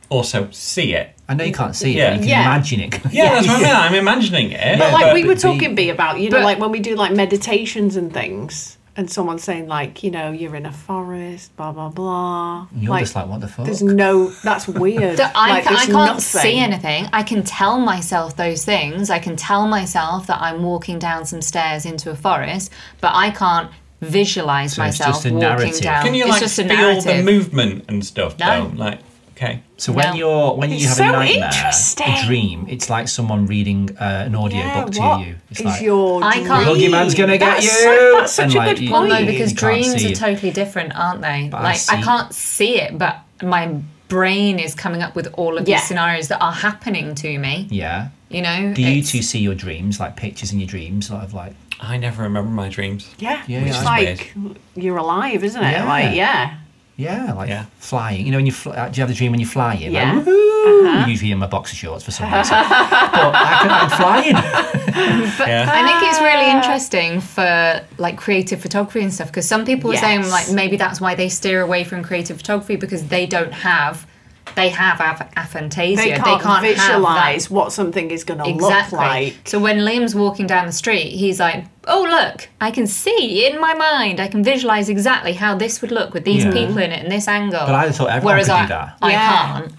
Speaker 4: also see it.
Speaker 2: I know you can't see it,
Speaker 4: Yeah.
Speaker 2: but you can
Speaker 5: Yeah.
Speaker 2: imagine it.
Speaker 4: Yeah, that's what I mean. I'm imagining it.
Speaker 5: But like we
Speaker 2: but
Speaker 5: were
Speaker 2: the-
Speaker 5: talking B about, you know,
Speaker 1: but-
Speaker 5: like when we do like meditations and things, and someone's saying like, you know, you're in a forest, blah blah blah.
Speaker 2: You're just like, what the fuck?
Speaker 5: there's no. That's weird.
Speaker 1: That I,
Speaker 5: Like,
Speaker 1: ca- I
Speaker 5: there's
Speaker 1: can't see
Speaker 5: nothing.
Speaker 1: anything. I can tell myself those things. I can tell myself that I'm walking down some stairs into a forest, but I can't visualize
Speaker 2: So it's
Speaker 1: myself
Speaker 2: just a
Speaker 1: walking
Speaker 2: narrative.
Speaker 1: down.
Speaker 4: Can you
Speaker 1: it's
Speaker 4: like
Speaker 1: just a
Speaker 4: feel the
Speaker 1: narrative.
Speaker 4: movement and stuff?
Speaker 1: No.
Speaker 4: Though? Like, okay.
Speaker 2: So when
Speaker 1: No.
Speaker 2: you're when you have
Speaker 5: It's
Speaker 2: a
Speaker 5: so
Speaker 2: nightmare,
Speaker 5: interesting.
Speaker 2: a dream, it's like someone reading uh, an audio
Speaker 5: Yeah,
Speaker 2: book to
Speaker 5: what
Speaker 2: you. It's
Speaker 5: is
Speaker 2: like
Speaker 5: your
Speaker 1: I can't-
Speaker 5: dream?
Speaker 2: Boogie man's gonna get
Speaker 5: That's
Speaker 2: you.
Speaker 5: so- that's such
Speaker 2: And,
Speaker 5: a
Speaker 2: like,
Speaker 5: good
Speaker 2: you-
Speaker 1: Well,
Speaker 5: point.
Speaker 1: no,
Speaker 2: You
Speaker 1: because
Speaker 2: can't
Speaker 1: dreams
Speaker 2: see
Speaker 1: are
Speaker 2: it.
Speaker 1: totally different, aren't they?
Speaker 2: But I
Speaker 1: like I,
Speaker 2: see-
Speaker 1: can't see it, but my brain is coming up with all of
Speaker 5: Yeah.
Speaker 1: these scenarios that are happening to me.
Speaker 2: yeah.
Speaker 1: You know,
Speaker 2: Do you
Speaker 1: It's-
Speaker 2: two see your dreams, like pictures in your dreams, like of like
Speaker 4: I never remember my dreams.
Speaker 5: Yeah,
Speaker 2: Yeah,
Speaker 5: which
Speaker 2: yeah.
Speaker 5: is
Speaker 2: It's
Speaker 5: like you're alive, isn't it?
Speaker 2: Yeah.
Speaker 5: Like, yeah,
Speaker 2: Yeah, like
Speaker 4: Yeah.
Speaker 2: flying. You know, when you fly, do you have the dream when you're flying? Like,
Speaker 1: Yeah.
Speaker 2: woohoo! Usually in my boxer shorts for some reason. but I can, I'm flying.
Speaker 4: Yeah.
Speaker 1: I think it's really
Speaker 5: Ah.
Speaker 1: interesting for like creative photography and stuff because some people are saying
Speaker 5: Yes.
Speaker 1: like maybe that's why they steer away from creative photography because they don't have they have aph- aphantasia.
Speaker 5: They can't,
Speaker 1: have that
Speaker 5: visualize what something is going to
Speaker 1: Exactly.
Speaker 5: look like.
Speaker 1: So when Liam's walking down the street, he's like, "Oh look, I can see in my mind. I can visualize exactly how this would look with these
Speaker 2: Yeah.
Speaker 1: people in it and this angle."
Speaker 2: But I thought everyone
Speaker 1: Whereas
Speaker 2: could
Speaker 1: I,
Speaker 2: do that.
Speaker 1: I
Speaker 5: Yeah.
Speaker 1: can't.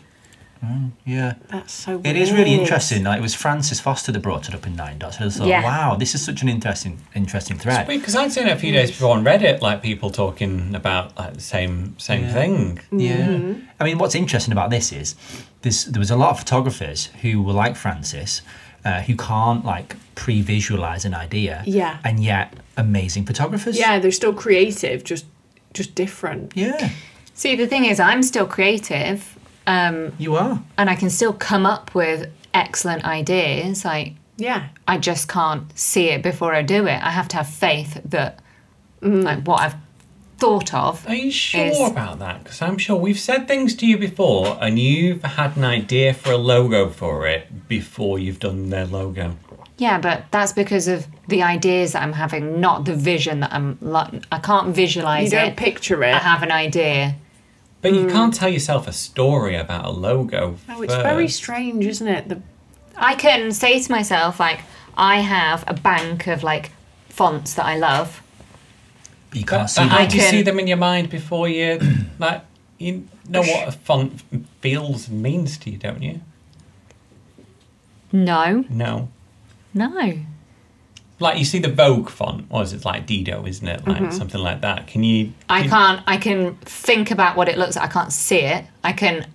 Speaker 2: Yeah.
Speaker 5: That's so.
Speaker 2: It is really
Speaker 5: weird.
Speaker 2: interesting. Like it was Francis Foster that brought it up in Nine Dots. I just thought,
Speaker 1: Yeah.
Speaker 2: wow, this is such an interesting, interesting thread.
Speaker 4: Because I'd seen it a few days before on Reddit, like people talking about like the same same thing.
Speaker 2: Yeah. I mean, what's interesting about this is this, there was a lot of photographers who were like Francis, uh, who can't like pre-visualize an idea.
Speaker 5: Yeah.
Speaker 2: And yet, amazing photographers.
Speaker 5: Yeah, they're still creative, just just different.
Speaker 2: Yeah.
Speaker 1: See, the thing is, I'm still creative, um,
Speaker 2: You are.
Speaker 1: and I can still come up with excellent ideas. Like
Speaker 5: Yeah,
Speaker 1: I just can't see it before I do it. I have to have faith that
Speaker 5: Mm.
Speaker 1: like what I've thought of.
Speaker 4: Are you sure
Speaker 1: is-
Speaker 4: about that? Because I'm sure we've said things to you before, and you've had an idea for a logo for it before you've done their logo.
Speaker 1: Yeah, but that's because of the ideas that I'm having, not the vision that I'm. Lo- I can't visualize
Speaker 5: you don't
Speaker 1: it. Uh-huh.
Speaker 5: picture it.
Speaker 1: I have an idea.
Speaker 4: But you can't tell yourself a story about a logo.
Speaker 5: No, Oh, it's very
Speaker 4: first.
Speaker 5: strange, isn't it? The
Speaker 1: I can say to myself like, I have a bank of like fonts that I love.
Speaker 2: But you can't
Speaker 4: But,
Speaker 2: see
Speaker 4: but
Speaker 2: that.
Speaker 4: how do you
Speaker 1: can-
Speaker 4: see them in your mind before you like? You know what a font feels and means to you, don't you?
Speaker 1: No,
Speaker 4: No.
Speaker 1: no.
Speaker 4: Like you see the Vogue font, or is it like Dido, isn't it? Like something like that. Can you?
Speaker 1: I
Speaker 4: can-
Speaker 1: can't. I can think about what it looks like. I can't see it. I can.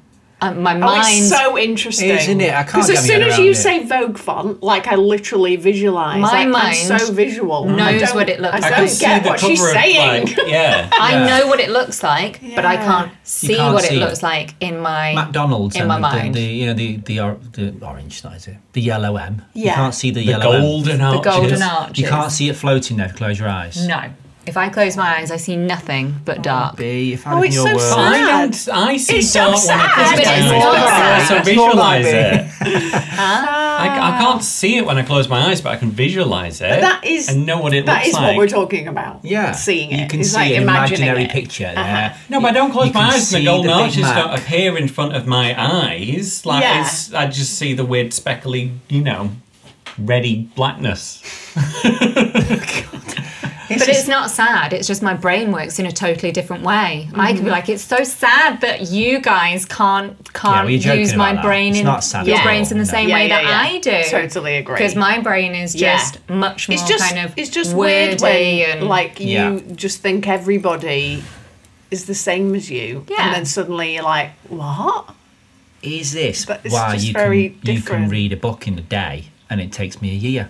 Speaker 1: Uh, my mind.
Speaker 5: Oh, it's so interesting,
Speaker 2: Isn't it? I can't
Speaker 5: Because
Speaker 2: get
Speaker 5: as
Speaker 2: my
Speaker 5: soon
Speaker 2: head
Speaker 5: as
Speaker 2: around
Speaker 5: you
Speaker 2: it.
Speaker 5: say Vogue font, like I literally visualize.
Speaker 1: My
Speaker 5: like, I'm
Speaker 1: mind
Speaker 5: so visual. I
Speaker 1: knows
Speaker 5: don't-
Speaker 1: what it looks
Speaker 5: I
Speaker 1: like.
Speaker 5: don't
Speaker 1: I
Speaker 5: get what she's saying.
Speaker 4: Like, yeah.
Speaker 1: I know what it looks like, but I
Speaker 5: Yeah.
Speaker 1: can't see
Speaker 2: can't
Speaker 1: what
Speaker 2: see
Speaker 1: it
Speaker 2: it.
Speaker 1: looks like in my
Speaker 2: McDonald's
Speaker 1: in
Speaker 2: and
Speaker 1: my
Speaker 2: the,
Speaker 1: mind.
Speaker 2: The, the you know the the, or, the orange that is it the yellow M. You
Speaker 5: Yeah.
Speaker 2: can't see the,
Speaker 4: The
Speaker 2: yellow M.
Speaker 4: golden arches.
Speaker 1: golden arch.
Speaker 2: You can't see it floating there. if you Close your eyes.
Speaker 1: no, if I close my eyes, I see nothing but dark.
Speaker 2: Be if I
Speaker 5: Oh,
Speaker 2: live in
Speaker 5: it's
Speaker 2: your
Speaker 5: so
Speaker 2: world.
Speaker 5: sad.
Speaker 4: I don't. I see
Speaker 5: It's so
Speaker 4: dark
Speaker 5: sad,
Speaker 4: when I
Speaker 1: but
Speaker 4: close
Speaker 1: it's
Speaker 4: my
Speaker 1: not
Speaker 4: eyes.
Speaker 1: sad.
Speaker 4: but I can also
Speaker 2: It's more like
Speaker 4: visualize it.
Speaker 5: Ah.
Speaker 4: I, I can't see it when I close my eyes, but I can visualize it.
Speaker 5: that is
Speaker 4: and know what it
Speaker 5: That
Speaker 4: looks
Speaker 5: is
Speaker 4: like.
Speaker 5: what we're talking about.
Speaker 2: Yeah,
Speaker 5: seeing it.
Speaker 2: You can
Speaker 5: it's
Speaker 2: see
Speaker 5: like
Speaker 2: an
Speaker 5: imagining
Speaker 2: imaginary
Speaker 5: it. Uh-huh.
Speaker 2: picture there.
Speaker 4: No,
Speaker 2: You-
Speaker 4: but I don't
Speaker 2: you
Speaker 4: close my
Speaker 2: can
Speaker 4: eyes. and
Speaker 2: see
Speaker 4: The golden
Speaker 2: Big
Speaker 4: arches don't
Speaker 2: Mac.
Speaker 4: appear in front of my eyes. Like
Speaker 5: Yeah.
Speaker 4: it's, I just see the weird speckly, you know, ready blackness.
Speaker 1: But it's not sad. It's just my brain works in a totally different way. I
Speaker 5: Mm-hmm.
Speaker 1: could be like, it's so sad that you guys can't
Speaker 2: Yeah,
Speaker 1: can't
Speaker 2: well, you're joking
Speaker 1: use my
Speaker 2: about that.
Speaker 1: brain.
Speaker 2: It's
Speaker 1: in,
Speaker 2: not sad
Speaker 1: Your
Speaker 2: at all,
Speaker 1: brain's in the
Speaker 2: no.
Speaker 1: same
Speaker 5: Yeah,
Speaker 1: way
Speaker 5: yeah,
Speaker 1: that
Speaker 5: yeah.
Speaker 1: I do.
Speaker 5: Totally agree.
Speaker 1: Because my brain is
Speaker 5: Yeah.
Speaker 1: just much more
Speaker 5: It's just
Speaker 1: kind of
Speaker 5: it's just weird
Speaker 1: wordy
Speaker 5: when
Speaker 1: and
Speaker 5: like
Speaker 2: Yeah.
Speaker 5: you just think everybody is the same as you,
Speaker 1: Yeah.
Speaker 5: and then suddenly you're like, what?
Speaker 2: Is this
Speaker 5: But it's
Speaker 2: why
Speaker 5: just
Speaker 2: you
Speaker 5: very
Speaker 2: can you can
Speaker 5: different.
Speaker 2: read a book in a day and it takes me a year?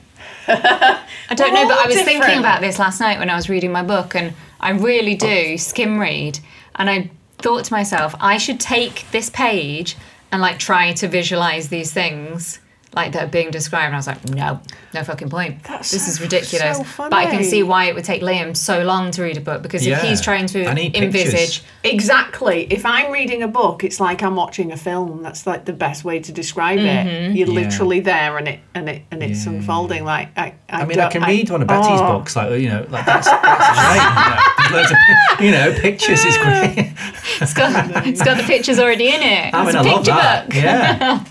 Speaker 1: I don't
Speaker 5: We're
Speaker 1: know, but
Speaker 5: all
Speaker 1: I was thinking
Speaker 5: different.
Speaker 1: about this last night when I was reading my book, and I really do skim read. And I thought to myself, I should take this page and like try to visualize these things like that are being described. And I was like, no, no fucking point.
Speaker 5: That's
Speaker 1: this
Speaker 5: so-
Speaker 1: is ridiculous.
Speaker 5: so
Speaker 1: But I can
Speaker 5: funny.
Speaker 1: see why it would take Liam so long to read a book because if
Speaker 2: Yeah.
Speaker 1: he's trying to
Speaker 2: I need
Speaker 1: envisage,
Speaker 2: pictures.
Speaker 5: Exactly. If I'm reading a book, it's like I'm watching a film. That's like the best way to describe
Speaker 1: Mm-hmm.
Speaker 5: it. You're
Speaker 2: Yeah.
Speaker 5: literally there, and it and it and it's unfolding. Like I, I,
Speaker 2: I mean, I
Speaker 5: don't-
Speaker 2: can read one of Betty's
Speaker 5: oh.
Speaker 2: books, like you know, like that's, that's great. You know, There's loads of, you know, pictures is great.
Speaker 1: it's got, it's got the pictures already in it.
Speaker 2: I
Speaker 1: it's
Speaker 2: mean,
Speaker 1: a
Speaker 2: I love
Speaker 1: picture
Speaker 2: that.
Speaker 1: book.
Speaker 2: Yeah.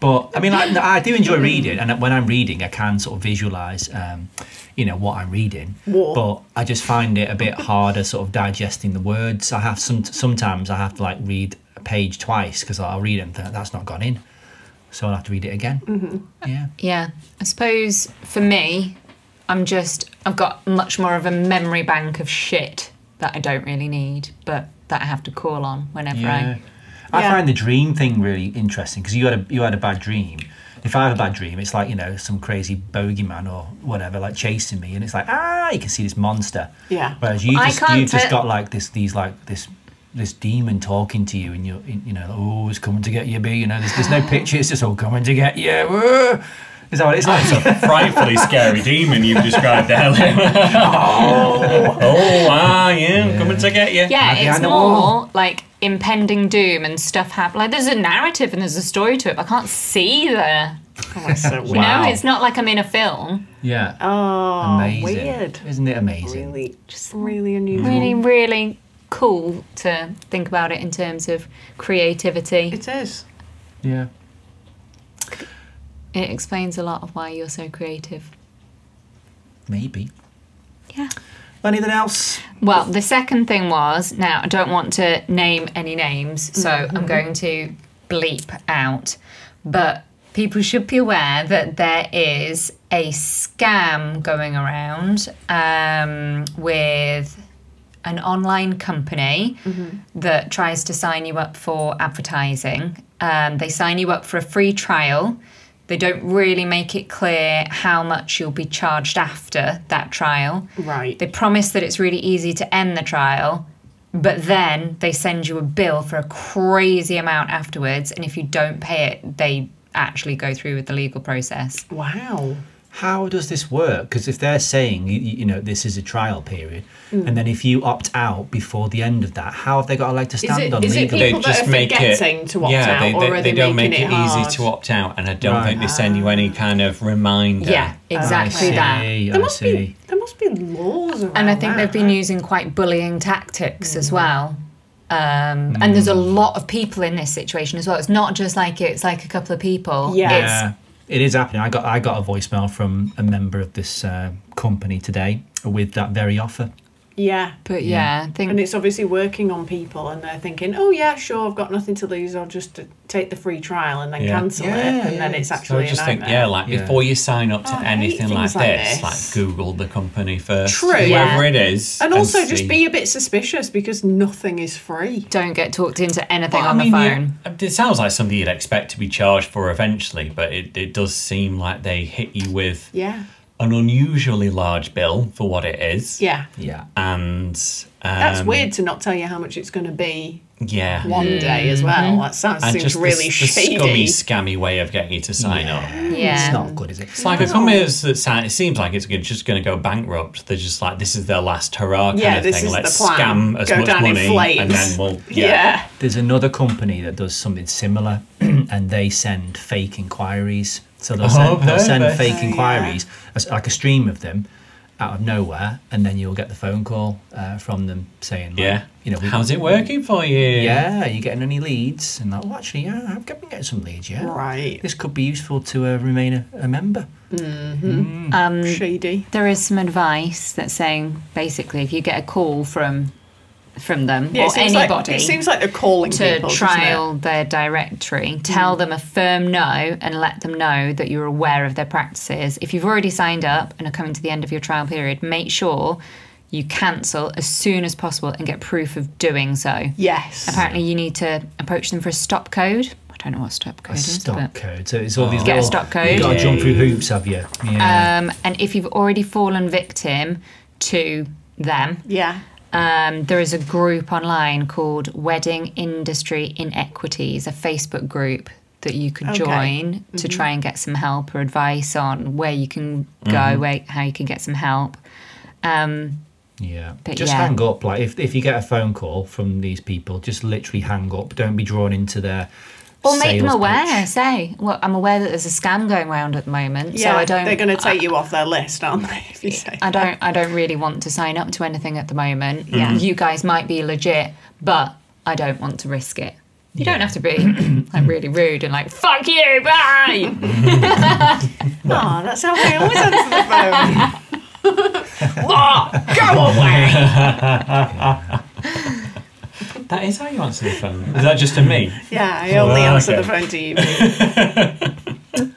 Speaker 2: But I mean, like, no, I do enjoy reading, and when I'm reading, I can sort of visualize, um, you know, what I'm reading.
Speaker 5: What?
Speaker 2: But I just find it a bit harder, sort of digesting the words. I have some sometimes I have to like read a page twice because I'll read it and think, that's not gone in, so I'll have to read it again. Yeah,
Speaker 1: Yeah, I suppose for me, I'm just I've got much more of a memory bank of shit that I don't really need, but that I have to call on whenever
Speaker 2: yeah.
Speaker 1: I.
Speaker 2: I
Speaker 5: Yeah.
Speaker 2: find the dream thing really interesting because you had a you had a bad dream. If I have a bad dream, it's like you know some crazy bogeyman or whatever like chasing me, and it's like ah, you can see this monster.
Speaker 5: Yeah.
Speaker 2: Whereas you
Speaker 1: I
Speaker 2: just
Speaker 1: can't
Speaker 2: you just
Speaker 1: te-
Speaker 2: got like this these like this this demon talking to you, and you're in- you know oh it's coming to get you, B. You know there's, there's no picture, it's just all coming to get you. woo." Is that what it's like?
Speaker 4: It's a frightfully scary demon you've described there. Liam. oh, oh, ah, yeah, I'm coming to get you.
Speaker 1: Yeah,
Speaker 2: Behind
Speaker 1: it's
Speaker 2: the
Speaker 1: more
Speaker 2: wall.
Speaker 1: like impending doom and stuff happen. Like there's a narrative and there's a story to it, but I can't see the. You
Speaker 4: Wow.
Speaker 1: know, it's not like I'm in a film.
Speaker 2: Yeah.
Speaker 5: Oh,
Speaker 2: amazing.
Speaker 5: weird.
Speaker 2: Isn't it amazing?
Speaker 5: Really, just really unusual.
Speaker 1: Really, really cool to think about it in terms of creativity.
Speaker 5: It is.
Speaker 2: Yeah.
Speaker 1: It explains a lot of why you're so creative.
Speaker 2: Maybe.
Speaker 1: Yeah.
Speaker 2: Anything else?
Speaker 1: Well, the second thing was now I don't want to name any names, so I'm going to bleep out. But people should be aware that there is a scam going around um, with an online company that tries to sign you up for advertising. Um, they sign you up for a free trial. They don't really make it clear how much you'll be charged after that trial.
Speaker 5: Right.
Speaker 1: They promise that it's really easy to end the trial, but then they send you a bill for a crazy amount afterwards. And if you don't pay it, they actually go through with the legal process.
Speaker 5: Wow.
Speaker 2: How does this work? Because if they're saying, you, you know, this is a trial period,
Speaker 5: Hmm.
Speaker 2: and then if you opt out before the end of that, how have they got a leg to stand
Speaker 5: it-
Speaker 2: on
Speaker 5: is it
Speaker 2: legally?
Speaker 5: people that are forgetting to opt
Speaker 4: yeah,
Speaker 5: out,
Speaker 4: they,
Speaker 5: or
Speaker 4: they,
Speaker 5: are
Speaker 4: they
Speaker 5: they
Speaker 4: don't make
Speaker 5: making
Speaker 4: it,
Speaker 5: it hard?
Speaker 4: easy to opt out, and I don't
Speaker 2: Right.
Speaker 4: think they send you any kind of reminder.
Speaker 1: Yeah,
Speaker 2: I
Speaker 1: exactly
Speaker 2: see.
Speaker 1: that.
Speaker 2: I
Speaker 5: There must
Speaker 2: see.
Speaker 5: be there must be laws around
Speaker 1: And I think
Speaker 5: that.
Speaker 1: they've been using quite bullying tactics
Speaker 5: Mm-hmm.
Speaker 1: as well. Um, And there's a lot of people in this situation as well. It's not just like it's like a couple of people.
Speaker 5: Yeah.
Speaker 1: It's
Speaker 2: Yeah, it is happening. I got I got a voicemail from a member of this uh, company today with that very offer.
Speaker 5: Yeah.
Speaker 1: But yeah, I think
Speaker 5: And it's obviously working on people, and they're thinking, "Oh yeah, sure, I've got nothing to lose. I'll just uh, take the free trial and then
Speaker 4: Yeah.
Speaker 5: cancel
Speaker 2: Yeah,
Speaker 5: it." And then
Speaker 2: yeah.
Speaker 5: it's
Speaker 4: So I
Speaker 5: actually
Speaker 4: just
Speaker 5: a
Speaker 4: think,
Speaker 5: nightmare. Oh,
Speaker 4: yeah, like
Speaker 2: Yeah.
Speaker 4: before you sign up to
Speaker 5: I hate
Speaker 4: anything like
Speaker 5: things
Speaker 4: this,
Speaker 5: like
Speaker 4: like,
Speaker 5: this.
Speaker 4: Google the company first,
Speaker 5: True.
Speaker 4: whoever
Speaker 1: Yeah.
Speaker 4: it is,
Speaker 5: and also just
Speaker 4: see.
Speaker 5: be a bit suspicious because nothing is free.
Speaker 1: don't get talked into anything
Speaker 4: Well,
Speaker 1: on the
Speaker 4: you- uh,
Speaker 1: phone.
Speaker 4: it sounds like something you'd expect to be charged for eventually, but it, it does seem like they hit you with
Speaker 5: Yeah,
Speaker 4: an unusually large bill for what it is.
Speaker 5: yeah.
Speaker 2: Yeah,
Speaker 4: And um,
Speaker 5: That's weird to not tell you how much it's going to be
Speaker 4: Yeah.
Speaker 5: one day as well. That sounds
Speaker 4: and
Speaker 5: seems
Speaker 4: just
Speaker 5: really
Speaker 4: really the,
Speaker 5: shady.
Speaker 4: scummy, scammy way of getting you to sign up.
Speaker 1: Yeah.
Speaker 2: it's not good, is it?
Speaker 4: It's like a company that's, that sound- it seems like it's gonna- just going to go bankrupt. They're just like, this is their last hurrah kind
Speaker 5: Yeah,
Speaker 4: of
Speaker 5: this
Speaker 4: thing.
Speaker 5: is the
Speaker 4: Let's
Speaker 5: plan.
Speaker 4: scam as
Speaker 5: Go
Speaker 4: much
Speaker 5: down in
Speaker 4: money and
Speaker 5: flames.
Speaker 4: then we'll
Speaker 5: yeah.
Speaker 2: There's another company that does something similar, and they send fake inquiries. So
Speaker 4: Oh,
Speaker 2: they'll send, they'll send
Speaker 4: perfect.
Speaker 2: fake
Speaker 5: Oh, yeah.
Speaker 2: inquiries, as- like a stream of them, out of nowhere, and then you'll get the phone call uh, from them saying, like,
Speaker 4: Yeah.
Speaker 2: you know, we-
Speaker 4: How's it working for you?
Speaker 2: Yeah, are you getting any leads? And like, well, actually, yeah, I've been getting some leads. Yeah,
Speaker 5: Right.
Speaker 2: This could be useful to uh, remain a, a member.
Speaker 5: shady.
Speaker 1: there is some advice that's saying basically if you get a call from from them
Speaker 5: Yeah, it
Speaker 1: or
Speaker 5: seems like,
Speaker 1: anybody
Speaker 5: it seems like they're calling
Speaker 1: to
Speaker 5: people, doesn't it? Mm.
Speaker 1: trial their directory, tell them a firm no and let them know that you're aware of their practices. If you've already signed up and are coming to the end of your trial period, make sure you cancel as soon as possible and get proof of doing so.
Speaker 5: Yes.
Speaker 1: Apparently, you need to approach them for a stop code. I don't know what stop code
Speaker 2: A
Speaker 1: is.
Speaker 2: stock
Speaker 1: but-
Speaker 2: code. So
Speaker 4: Oh.
Speaker 2: it's all these
Speaker 1: Get a
Speaker 2: little-
Speaker 1: stock code.
Speaker 2: You've got to jump through hoops, have you? Yeah.
Speaker 1: Um, and if you've already fallen victim to them,
Speaker 5: Yeah.
Speaker 1: um, there is a group online called Wedding Industry Inequities, a Facebook group that you could
Speaker 5: Okay. Mm-hmm.
Speaker 1: join to try and get some help or advice on where you can go, where, how you can get some help. Um,
Speaker 2: yeah.
Speaker 1: but
Speaker 2: Just
Speaker 1: yeah.
Speaker 2: hang up. Like if if you get a phone call from these people, just literally hang up. Don't be drawn into their.
Speaker 1: or make them
Speaker 2: sales
Speaker 1: aware.
Speaker 2: pitch.
Speaker 1: Say, well, I'm aware that there's a scam going around at the moment,
Speaker 5: Yeah.
Speaker 1: so I don't.
Speaker 5: they're going to take you off their list, aren't they? If you say.
Speaker 1: I don't I don't really want to sign up to anything at the moment. Yeah. You guys might be legit, but I don't want to risk it. You don't have to be like really rude and like fuck you, bye.
Speaker 5: Oh, that's how they always answer the phone.
Speaker 4: That is how you answer the phone. Is that just to me?
Speaker 5: Yeah, I only
Speaker 4: Oh,
Speaker 5: answer
Speaker 4: okay.
Speaker 5: the phone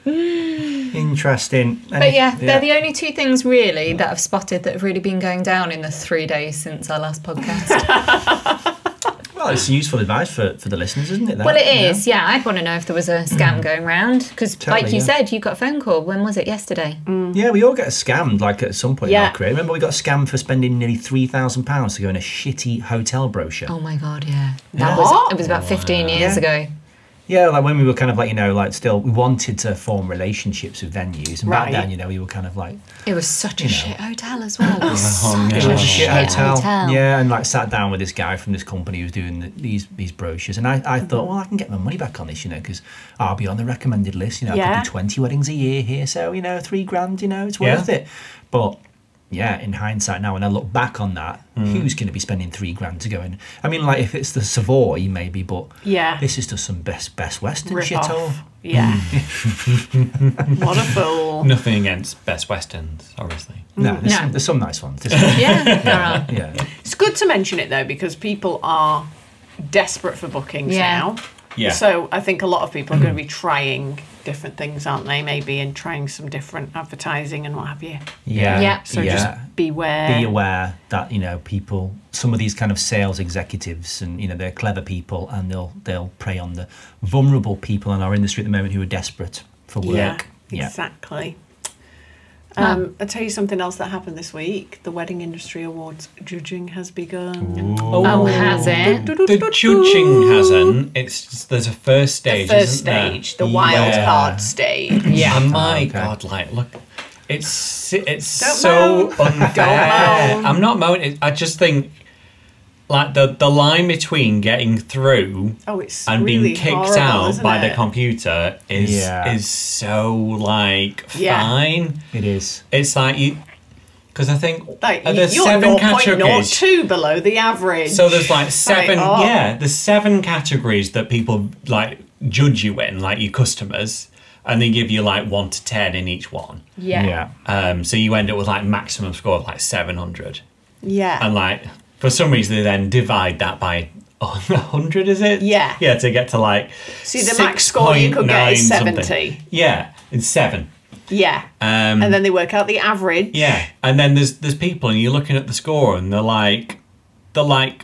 Speaker 5: to you. Pete.
Speaker 2: Interesting.
Speaker 1: But yeah, they're the only two things really that I've spotted that have really been going down in the three days since our last podcast.
Speaker 2: well, it's useful advice for, for the listeners, isn't it? that?
Speaker 1: well, it is. Yeah, I'd want to know if there was a
Speaker 4: Mm.
Speaker 1: scam going round because,
Speaker 2: Totally,
Speaker 1: like you
Speaker 2: yeah.
Speaker 1: said, you got a phone call. When was it? Yesterday.
Speaker 4: Mm.
Speaker 2: Yeah, we all get scammed like at some point in
Speaker 5: Yeah.
Speaker 2: our career. Remember, we got scammed for spending nearly three thousand pounds to go in a shitty hotel brochure.
Speaker 1: Oh my god, yeah. That was. It was about 15 years ago.
Speaker 2: Yeah, like when we were kind of like you know like still we wanted to form relationships with venues, and back
Speaker 5: Right.
Speaker 2: then you know we were kind of like
Speaker 1: It was such a shit hotel as well. It was such
Speaker 4: Oh, no.
Speaker 1: a
Speaker 4: Such a
Speaker 1: shit hotel.
Speaker 2: Yeah, and like sat down with this guy from this company who was doing the, these these brochures, and I,
Speaker 5: Mm-hmm.
Speaker 2: I thought, well, I can get my money back on this, you know, because I'll be on the recommended list. You know, I
Speaker 5: Yeah.
Speaker 2: could do twenty weddings a year here, so you know, three grand, you know, it's
Speaker 4: Yeah.
Speaker 2: worth it. But yeah, in hindsight now, when I look back on that, who's going to be spending three grand to go in? I mean, like if it's the Savoy, maybe, but
Speaker 5: Yeah.
Speaker 2: this is just some best best Western
Speaker 5: Rip
Speaker 2: shithole.
Speaker 5: off. Yeah.
Speaker 4: Hmm.
Speaker 5: what a fool.
Speaker 4: Nothing against Best Westerns, obviously.
Speaker 5: Mm.
Speaker 2: No, there's,
Speaker 1: No.
Speaker 2: Some, there's some nice ones. There's-
Speaker 1: Yeah, there are.
Speaker 2: yeah,
Speaker 5: It's good to mention it though because people are desperate for bookings
Speaker 1: Yeah.
Speaker 5: now.
Speaker 4: Yeah.
Speaker 5: So I think a lot of people are going to be trying different things, aren't they? Maybe and trying some different advertising and what have you.
Speaker 2: yeah,
Speaker 1: Yeah.
Speaker 5: So
Speaker 2: yeah.
Speaker 5: just beware.
Speaker 2: be aware that you know people some of these kind of sales executives and you know they're clever people and they'll they'll prey on the vulnerable people in our industry at the moment who are desperate for work
Speaker 5: Yeah,
Speaker 2: yeah
Speaker 5: exactly. Um, I'll tell you something else that happened this week. The Wedding Industry Awards judging has begun.
Speaker 1: Oh, has it?
Speaker 4: The judging hasn't. It's there's a first
Speaker 5: The
Speaker 4: stage.
Speaker 5: first
Speaker 4: isn't there?
Speaker 5: stage, the wild
Speaker 4: Yeah.
Speaker 5: card stage.
Speaker 1: Yeah.
Speaker 4: And my
Speaker 2: Oh, okay.
Speaker 4: God, like look, it's it's
Speaker 5: Don't
Speaker 4: so unfair.
Speaker 5: moan.
Speaker 4: I'm not moaning. I just think like the the line between getting through
Speaker 5: Oh, it's
Speaker 4: and
Speaker 5: really
Speaker 4: being kicked
Speaker 5: horrible,
Speaker 4: out
Speaker 5: isn't
Speaker 4: by
Speaker 5: it?
Speaker 4: the computer is
Speaker 2: Yeah.
Speaker 4: is so like
Speaker 5: Yeah.
Speaker 4: fine.
Speaker 2: it is
Speaker 4: It's like you because I think
Speaker 5: Like,
Speaker 4: uh,
Speaker 5: y-
Speaker 4: there's
Speaker 5: you're
Speaker 4: seven categories.
Speaker 5: 0.02 below the average.
Speaker 4: So there's like seven,
Speaker 5: oh.
Speaker 4: yeah, there's seven categories that people like judge you in, like your customers, and they give you like one to ten in each one.
Speaker 1: Yeah.
Speaker 4: Um, so you end up with like maximum score of like seven hundred,
Speaker 5: yeah.
Speaker 4: and like for some reason they then divide that by hundred, is it?
Speaker 5: Yeah.
Speaker 4: yeah, to get to like
Speaker 5: See, the max score you could get is
Speaker 4: 6.9 something.
Speaker 5: 70.
Speaker 4: Yeah, it's seven.
Speaker 5: yeah.
Speaker 4: Um,
Speaker 5: and then they work out the average.
Speaker 4: Yeah, and then there's there's people, and you're looking at the score, and they're like, they're like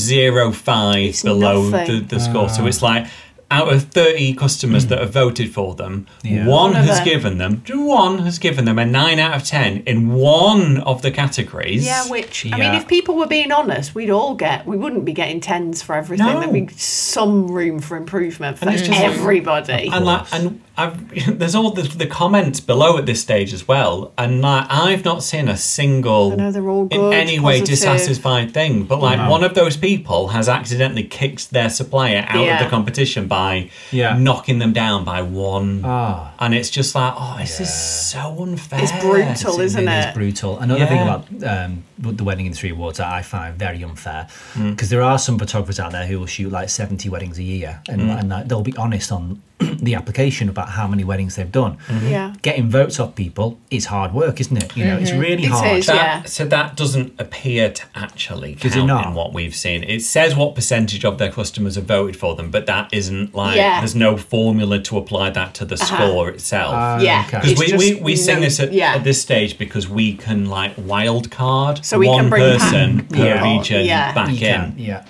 Speaker 4: 0.05 below the,
Speaker 5: nothing.
Speaker 4: the score. So it's like, out of 30 customers that have voted for them,
Speaker 2: Yeah.
Speaker 4: one
Speaker 5: of
Speaker 4: has
Speaker 5: them.
Speaker 4: given them, one has given them a nine out of ten in one of the categories.
Speaker 5: Yeah, which I mean,
Speaker 2: Yeah.
Speaker 5: if people were being honest, we'd all get. We wouldn't be getting tens for everything.
Speaker 4: No.
Speaker 5: There'd be some room for improvement for
Speaker 4: And it's just-
Speaker 5: everybody.
Speaker 4: and like, and I've, there's all the, the comments below at this stage as well, and like I've not seen a single
Speaker 5: I know, they're all
Speaker 4: in
Speaker 5: good,
Speaker 4: any way
Speaker 5: positive.
Speaker 4: dissatisfied thing. But like
Speaker 2: Mm-hmm.
Speaker 4: one of those people has accidentally kicked their supplier out
Speaker 5: Yeah.
Speaker 4: of the competition by
Speaker 2: Yeah.
Speaker 4: knocking them down by one,
Speaker 2: Ah.
Speaker 4: and it's just like, oh, this is so unfair.
Speaker 5: It's brutal,
Speaker 2: It's-
Speaker 5: isn't
Speaker 2: It
Speaker 5: it?
Speaker 2: is brutal. Another
Speaker 4: Yeah.
Speaker 2: thing about um, with the wedding industry awards that I find very unfair
Speaker 5: Mm.
Speaker 2: because there are some photographers out there who will shoot like seventy weddings a year, and,
Speaker 5: Mm.
Speaker 2: and like, they'll be honest on the application about how many weddings they've done.
Speaker 5: Yeah.
Speaker 2: Getting votes off people is hard work, isn't it? You know, it's really
Speaker 5: Mm-hmm. It
Speaker 2: hard.
Speaker 5: is.
Speaker 4: That,
Speaker 5: Yeah.
Speaker 4: So that doesn't appear to actually
Speaker 2: Does it
Speaker 4: count
Speaker 2: not?
Speaker 4: in what we've seen. It says what percentage of their customers have voted for them, but that isn't like
Speaker 5: Yeah. Uh-huh.
Speaker 4: there's no formula to apply that to the score
Speaker 2: Ah.
Speaker 4: itself.
Speaker 5: yeah,
Speaker 2: okay.
Speaker 4: Because
Speaker 5: it's
Speaker 4: we,
Speaker 5: just
Speaker 4: we, we sing
Speaker 5: no-
Speaker 4: this at,
Speaker 5: yeah.
Speaker 4: at this stage because we can like wild card
Speaker 5: So we can
Speaker 4: one
Speaker 5: bring back
Speaker 4: person per
Speaker 2: Yeah.
Speaker 4: region
Speaker 5: Yeah.
Speaker 4: back
Speaker 2: You can,
Speaker 4: in
Speaker 2: yeah.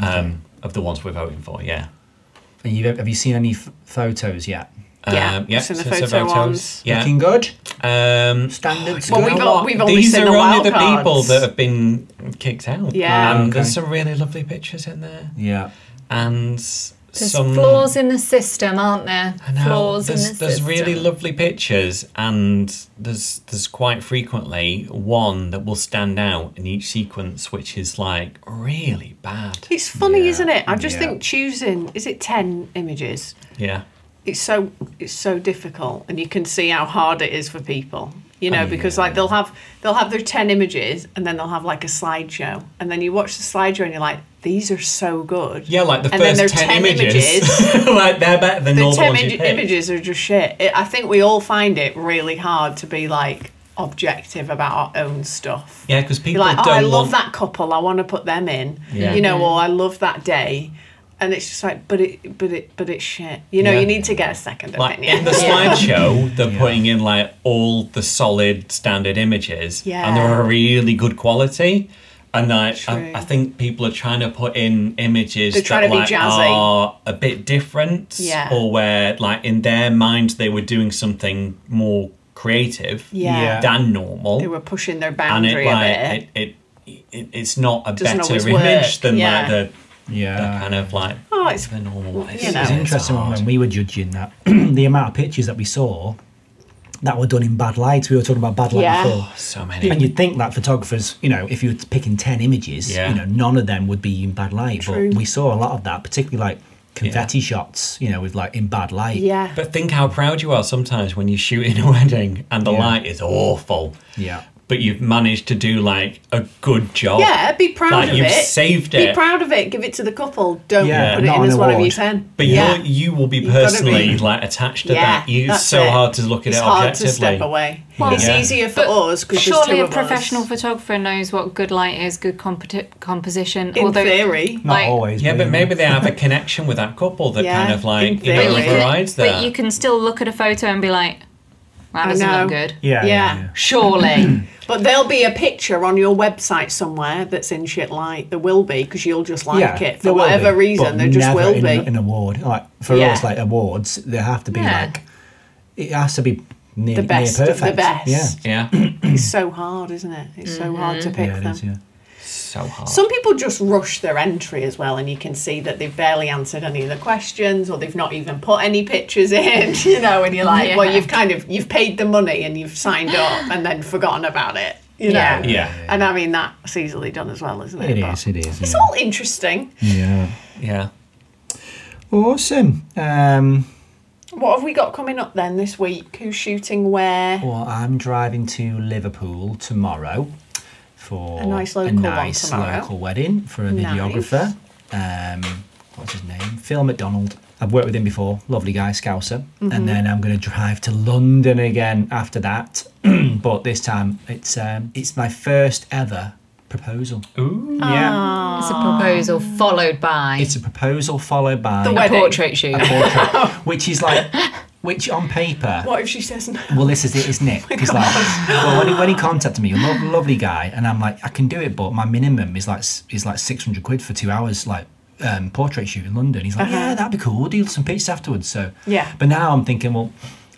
Speaker 4: um, of the ones we're voting for. Yeah.
Speaker 2: Have you, have you seen any f- photos yet?
Speaker 5: Yeah,
Speaker 4: Um, yeah.
Speaker 5: it's in the
Speaker 4: so- so
Speaker 5: photo
Speaker 4: photos.
Speaker 5: ones.
Speaker 4: Yeah.
Speaker 2: Looking good.
Speaker 4: um,
Speaker 2: Standards.
Speaker 5: Well,
Speaker 2: good.
Speaker 5: we've
Speaker 4: You know
Speaker 5: al-
Speaker 4: what?
Speaker 5: we've only
Speaker 4: These
Speaker 5: seen
Speaker 4: are
Speaker 5: the
Speaker 4: only
Speaker 5: wild
Speaker 4: the people
Speaker 5: cards.
Speaker 4: that have been kicked out.
Speaker 5: Yeah.
Speaker 4: and
Speaker 2: Okay.
Speaker 4: there's some really lovely pictures in there,
Speaker 2: yeah.
Speaker 4: and
Speaker 1: There's
Speaker 4: some
Speaker 1: flaws in the system, aren't there?
Speaker 4: I know,
Speaker 1: flaws in
Speaker 4: there's,
Speaker 1: the
Speaker 4: there's
Speaker 1: system.
Speaker 4: really lovely pictures, and there's there's quite frequently one that will stand out in each sequence, which is like really bad.
Speaker 5: It's funny,
Speaker 2: Yeah.
Speaker 5: isn't it? I just
Speaker 2: Yeah.
Speaker 5: think choosing is it ten images.
Speaker 4: Yeah,
Speaker 5: It's so it's so difficult, and you can see how hard it is for people. You
Speaker 4: Oh,
Speaker 5: know, because like they'll have they'll have their ten images, and then they'll have like a slideshow, and then you watch the slideshow, and you're like, these are so good.
Speaker 4: yeah, like the
Speaker 5: and then there's
Speaker 4: first ten, images, like they're better than
Speaker 5: the
Speaker 4: all the
Speaker 5: term
Speaker 4: ones
Speaker 5: im-
Speaker 4: you picked.
Speaker 5: images are just shit. It, I think we all find it really hard to be like objective about our own stuff.
Speaker 4: Yeah, because people
Speaker 5: You're like, oh,
Speaker 4: don't
Speaker 5: I love
Speaker 4: want
Speaker 5: that couple. I want to put them in.
Speaker 4: Yeah.
Speaker 5: You know, or I love that day, and it's just like, but it, but it, but it's shit. You know,
Speaker 4: Yeah.
Speaker 5: you need to get a second
Speaker 4: Like
Speaker 5: opinion.
Speaker 4: in the slideshow, they're putting in like all the solid standard images, and
Speaker 5: Yeah.
Speaker 4: they're a really good quality. And I,
Speaker 5: True.
Speaker 4: I, I think people are trying to put in images
Speaker 5: They're
Speaker 4: that
Speaker 5: trying to be
Speaker 4: like,
Speaker 5: jazzy.
Speaker 4: are a bit different,
Speaker 5: Yeah.
Speaker 4: or where like in their mind they were doing something more creative
Speaker 5: yeah.
Speaker 2: Yeah.
Speaker 4: than normal,
Speaker 5: they were pushing their
Speaker 4: and it
Speaker 5: boundary a
Speaker 4: like
Speaker 5: bit.
Speaker 4: it, it, it it's not a
Speaker 5: Doesn't
Speaker 4: better
Speaker 5: always
Speaker 4: image
Speaker 5: work,
Speaker 4: than
Speaker 5: yeah.
Speaker 4: like the
Speaker 2: Yeah.
Speaker 4: That kind of like
Speaker 5: Oh, it's-
Speaker 4: the normal way.
Speaker 5: you know.
Speaker 2: Uh, It's
Speaker 5: It's
Speaker 2: interesting
Speaker 4: hard.
Speaker 2: when we were judging that the amount of pictures that we saw that were done in bad lights. We were talking about bad light
Speaker 5: Yeah.
Speaker 2: before.
Speaker 4: So many.
Speaker 2: And you'd think that photographers, you know, if you were picking 10 images,
Speaker 4: Yeah.
Speaker 2: you know, none of them would be in bad light.
Speaker 5: True.
Speaker 2: But we saw a lot of that, particularly like confetti shots, you know, with like in bad light.
Speaker 5: Yeah.
Speaker 4: But think how proud you are sometimes when you're shooting a wedding and the
Speaker 2: Yeah.
Speaker 4: light is awful.
Speaker 2: Yeah.
Speaker 4: But you've managed to do like a good job.
Speaker 5: yeah, be proud
Speaker 4: Like,
Speaker 5: of
Speaker 4: you've
Speaker 5: it.
Speaker 4: saved
Speaker 5: Be
Speaker 4: it.
Speaker 5: proud of it. Give it to the couple. Don't
Speaker 2: Yeah,
Speaker 5: put it
Speaker 2: not
Speaker 5: in
Speaker 2: an
Speaker 5: as one of your
Speaker 2: award.
Speaker 5: ten.
Speaker 4: But
Speaker 5: yeah.
Speaker 4: you you will be
Speaker 5: gotta
Speaker 4: personally
Speaker 5: be-
Speaker 4: like attached to
Speaker 5: yeah,
Speaker 4: that. You, it's
Speaker 5: that's
Speaker 4: so
Speaker 5: it.
Speaker 4: hard to look at
Speaker 5: it's
Speaker 4: it
Speaker 5: hard to
Speaker 4: objectively.
Speaker 5: step away. it's
Speaker 4: Yeah.
Speaker 5: easier for
Speaker 1: But
Speaker 5: us because
Speaker 1: Surely
Speaker 5: two
Speaker 1: a
Speaker 5: of
Speaker 1: professional
Speaker 5: us.
Speaker 1: photographer knows what good light is, good competi- composition.
Speaker 5: In
Speaker 1: although,
Speaker 5: theory.
Speaker 2: Not
Speaker 1: like,
Speaker 2: always.
Speaker 4: Yeah, but
Speaker 2: you
Speaker 4: maybe they have a connection with that couple that
Speaker 5: Yeah,
Speaker 4: kind of like
Speaker 5: in
Speaker 4: you
Speaker 5: theory.
Speaker 4: know
Speaker 1: But you,
Speaker 5: Right.
Speaker 4: overrides
Speaker 1: can, but
Speaker 4: that.
Speaker 1: you can still look at a photo and be like, that
Speaker 5: I
Speaker 1: doesn't
Speaker 5: know.
Speaker 1: look good.
Speaker 2: know. Yeah. yeah,
Speaker 5: yeah.
Speaker 2: yeah.
Speaker 1: Surely.
Speaker 5: But there'll be a picture on your website somewhere that's in shit light. There will be because you'll just like
Speaker 2: Yeah,
Speaker 5: it
Speaker 2: there
Speaker 5: for
Speaker 2: will be,
Speaker 5: whatever reason.
Speaker 2: but
Speaker 5: There just
Speaker 2: never
Speaker 5: will
Speaker 2: in
Speaker 5: be.
Speaker 2: an award. Like for
Speaker 5: Yeah.
Speaker 2: us, like awards, there have to be
Speaker 1: Yeah.
Speaker 2: like it has to be near,
Speaker 5: the best
Speaker 2: near
Speaker 5: of
Speaker 2: perfect.
Speaker 5: the best.
Speaker 2: Yeah,
Speaker 4: yeah,
Speaker 5: It's so hard, isn't it? It's so hard to pick
Speaker 2: yeah, it
Speaker 5: them.
Speaker 2: is. Yeah,
Speaker 4: so hard.
Speaker 5: Some people just rush their entry as well, and you can see that they've barely answered any of the questions, or they've not even put any pictures in. You know, and you're like, well,
Speaker 1: Yeah.
Speaker 5: you've kind of you've paid the money and you've signed up, and then forgotten about it. You know,
Speaker 1: Yeah.
Speaker 4: Yeah.
Speaker 5: And I mean that's easily done as well, isn't it?
Speaker 2: it
Speaker 5: But
Speaker 2: is. It is.
Speaker 5: It's
Speaker 2: yeah.
Speaker 5: all interesting.
Speaker 2: yeah.
Speaker 4: yeah.
Speaker 2: Awesome. Um,
Speaker 5: What have we got coming up then this week? Who's shooting where?
Speaker 2: well, I'm driving to Liverpool tomorrow for
Speaker 5: A nice local one
Speaker 2: nice
Speaker 5: tomorrow.
Speaker 2: local wedding for a
Speaker 5: Nice.
Speaker 2: videographer. Um, what's his name? Phil McDonald. I've worked with him before. Lovely guy, Scouser.
Speaker 5: Mm-hmm.
Speaker 2: And then I'm going to drive to London again after that. but this time, it's um, it's my first ever proposal.
Speaker 4: Ooh.
Speaker 5: Ah.
Speaker 2: Yeah.
Speaker 1: it's a proposal followed by
Speaker 2: It's a proposal followed by
Speaker 5: The
Speaker 1: a
Speaker 5: wedding.
Speaker 1: portrait shoot.
Speaker 2: portrait, which is like, which on paper
Speaker 5: What if she says no?
Speaker 2: well, this is it, isn't
Speaker 5: Oh
Speaker 2: it? He's like, well, when he, when he contacted me, a lo- lovely guy, and I'm like, I can do it, but my minimum is like s- is like six hundred quid for two hours, like um, portrait shoot in London. He's like, yeah, that'd be cool. We'll do some pics afterwards. So
Speaker 5: Uh-huh. Yeah.
Speaker 2: But now I'm thinking, well,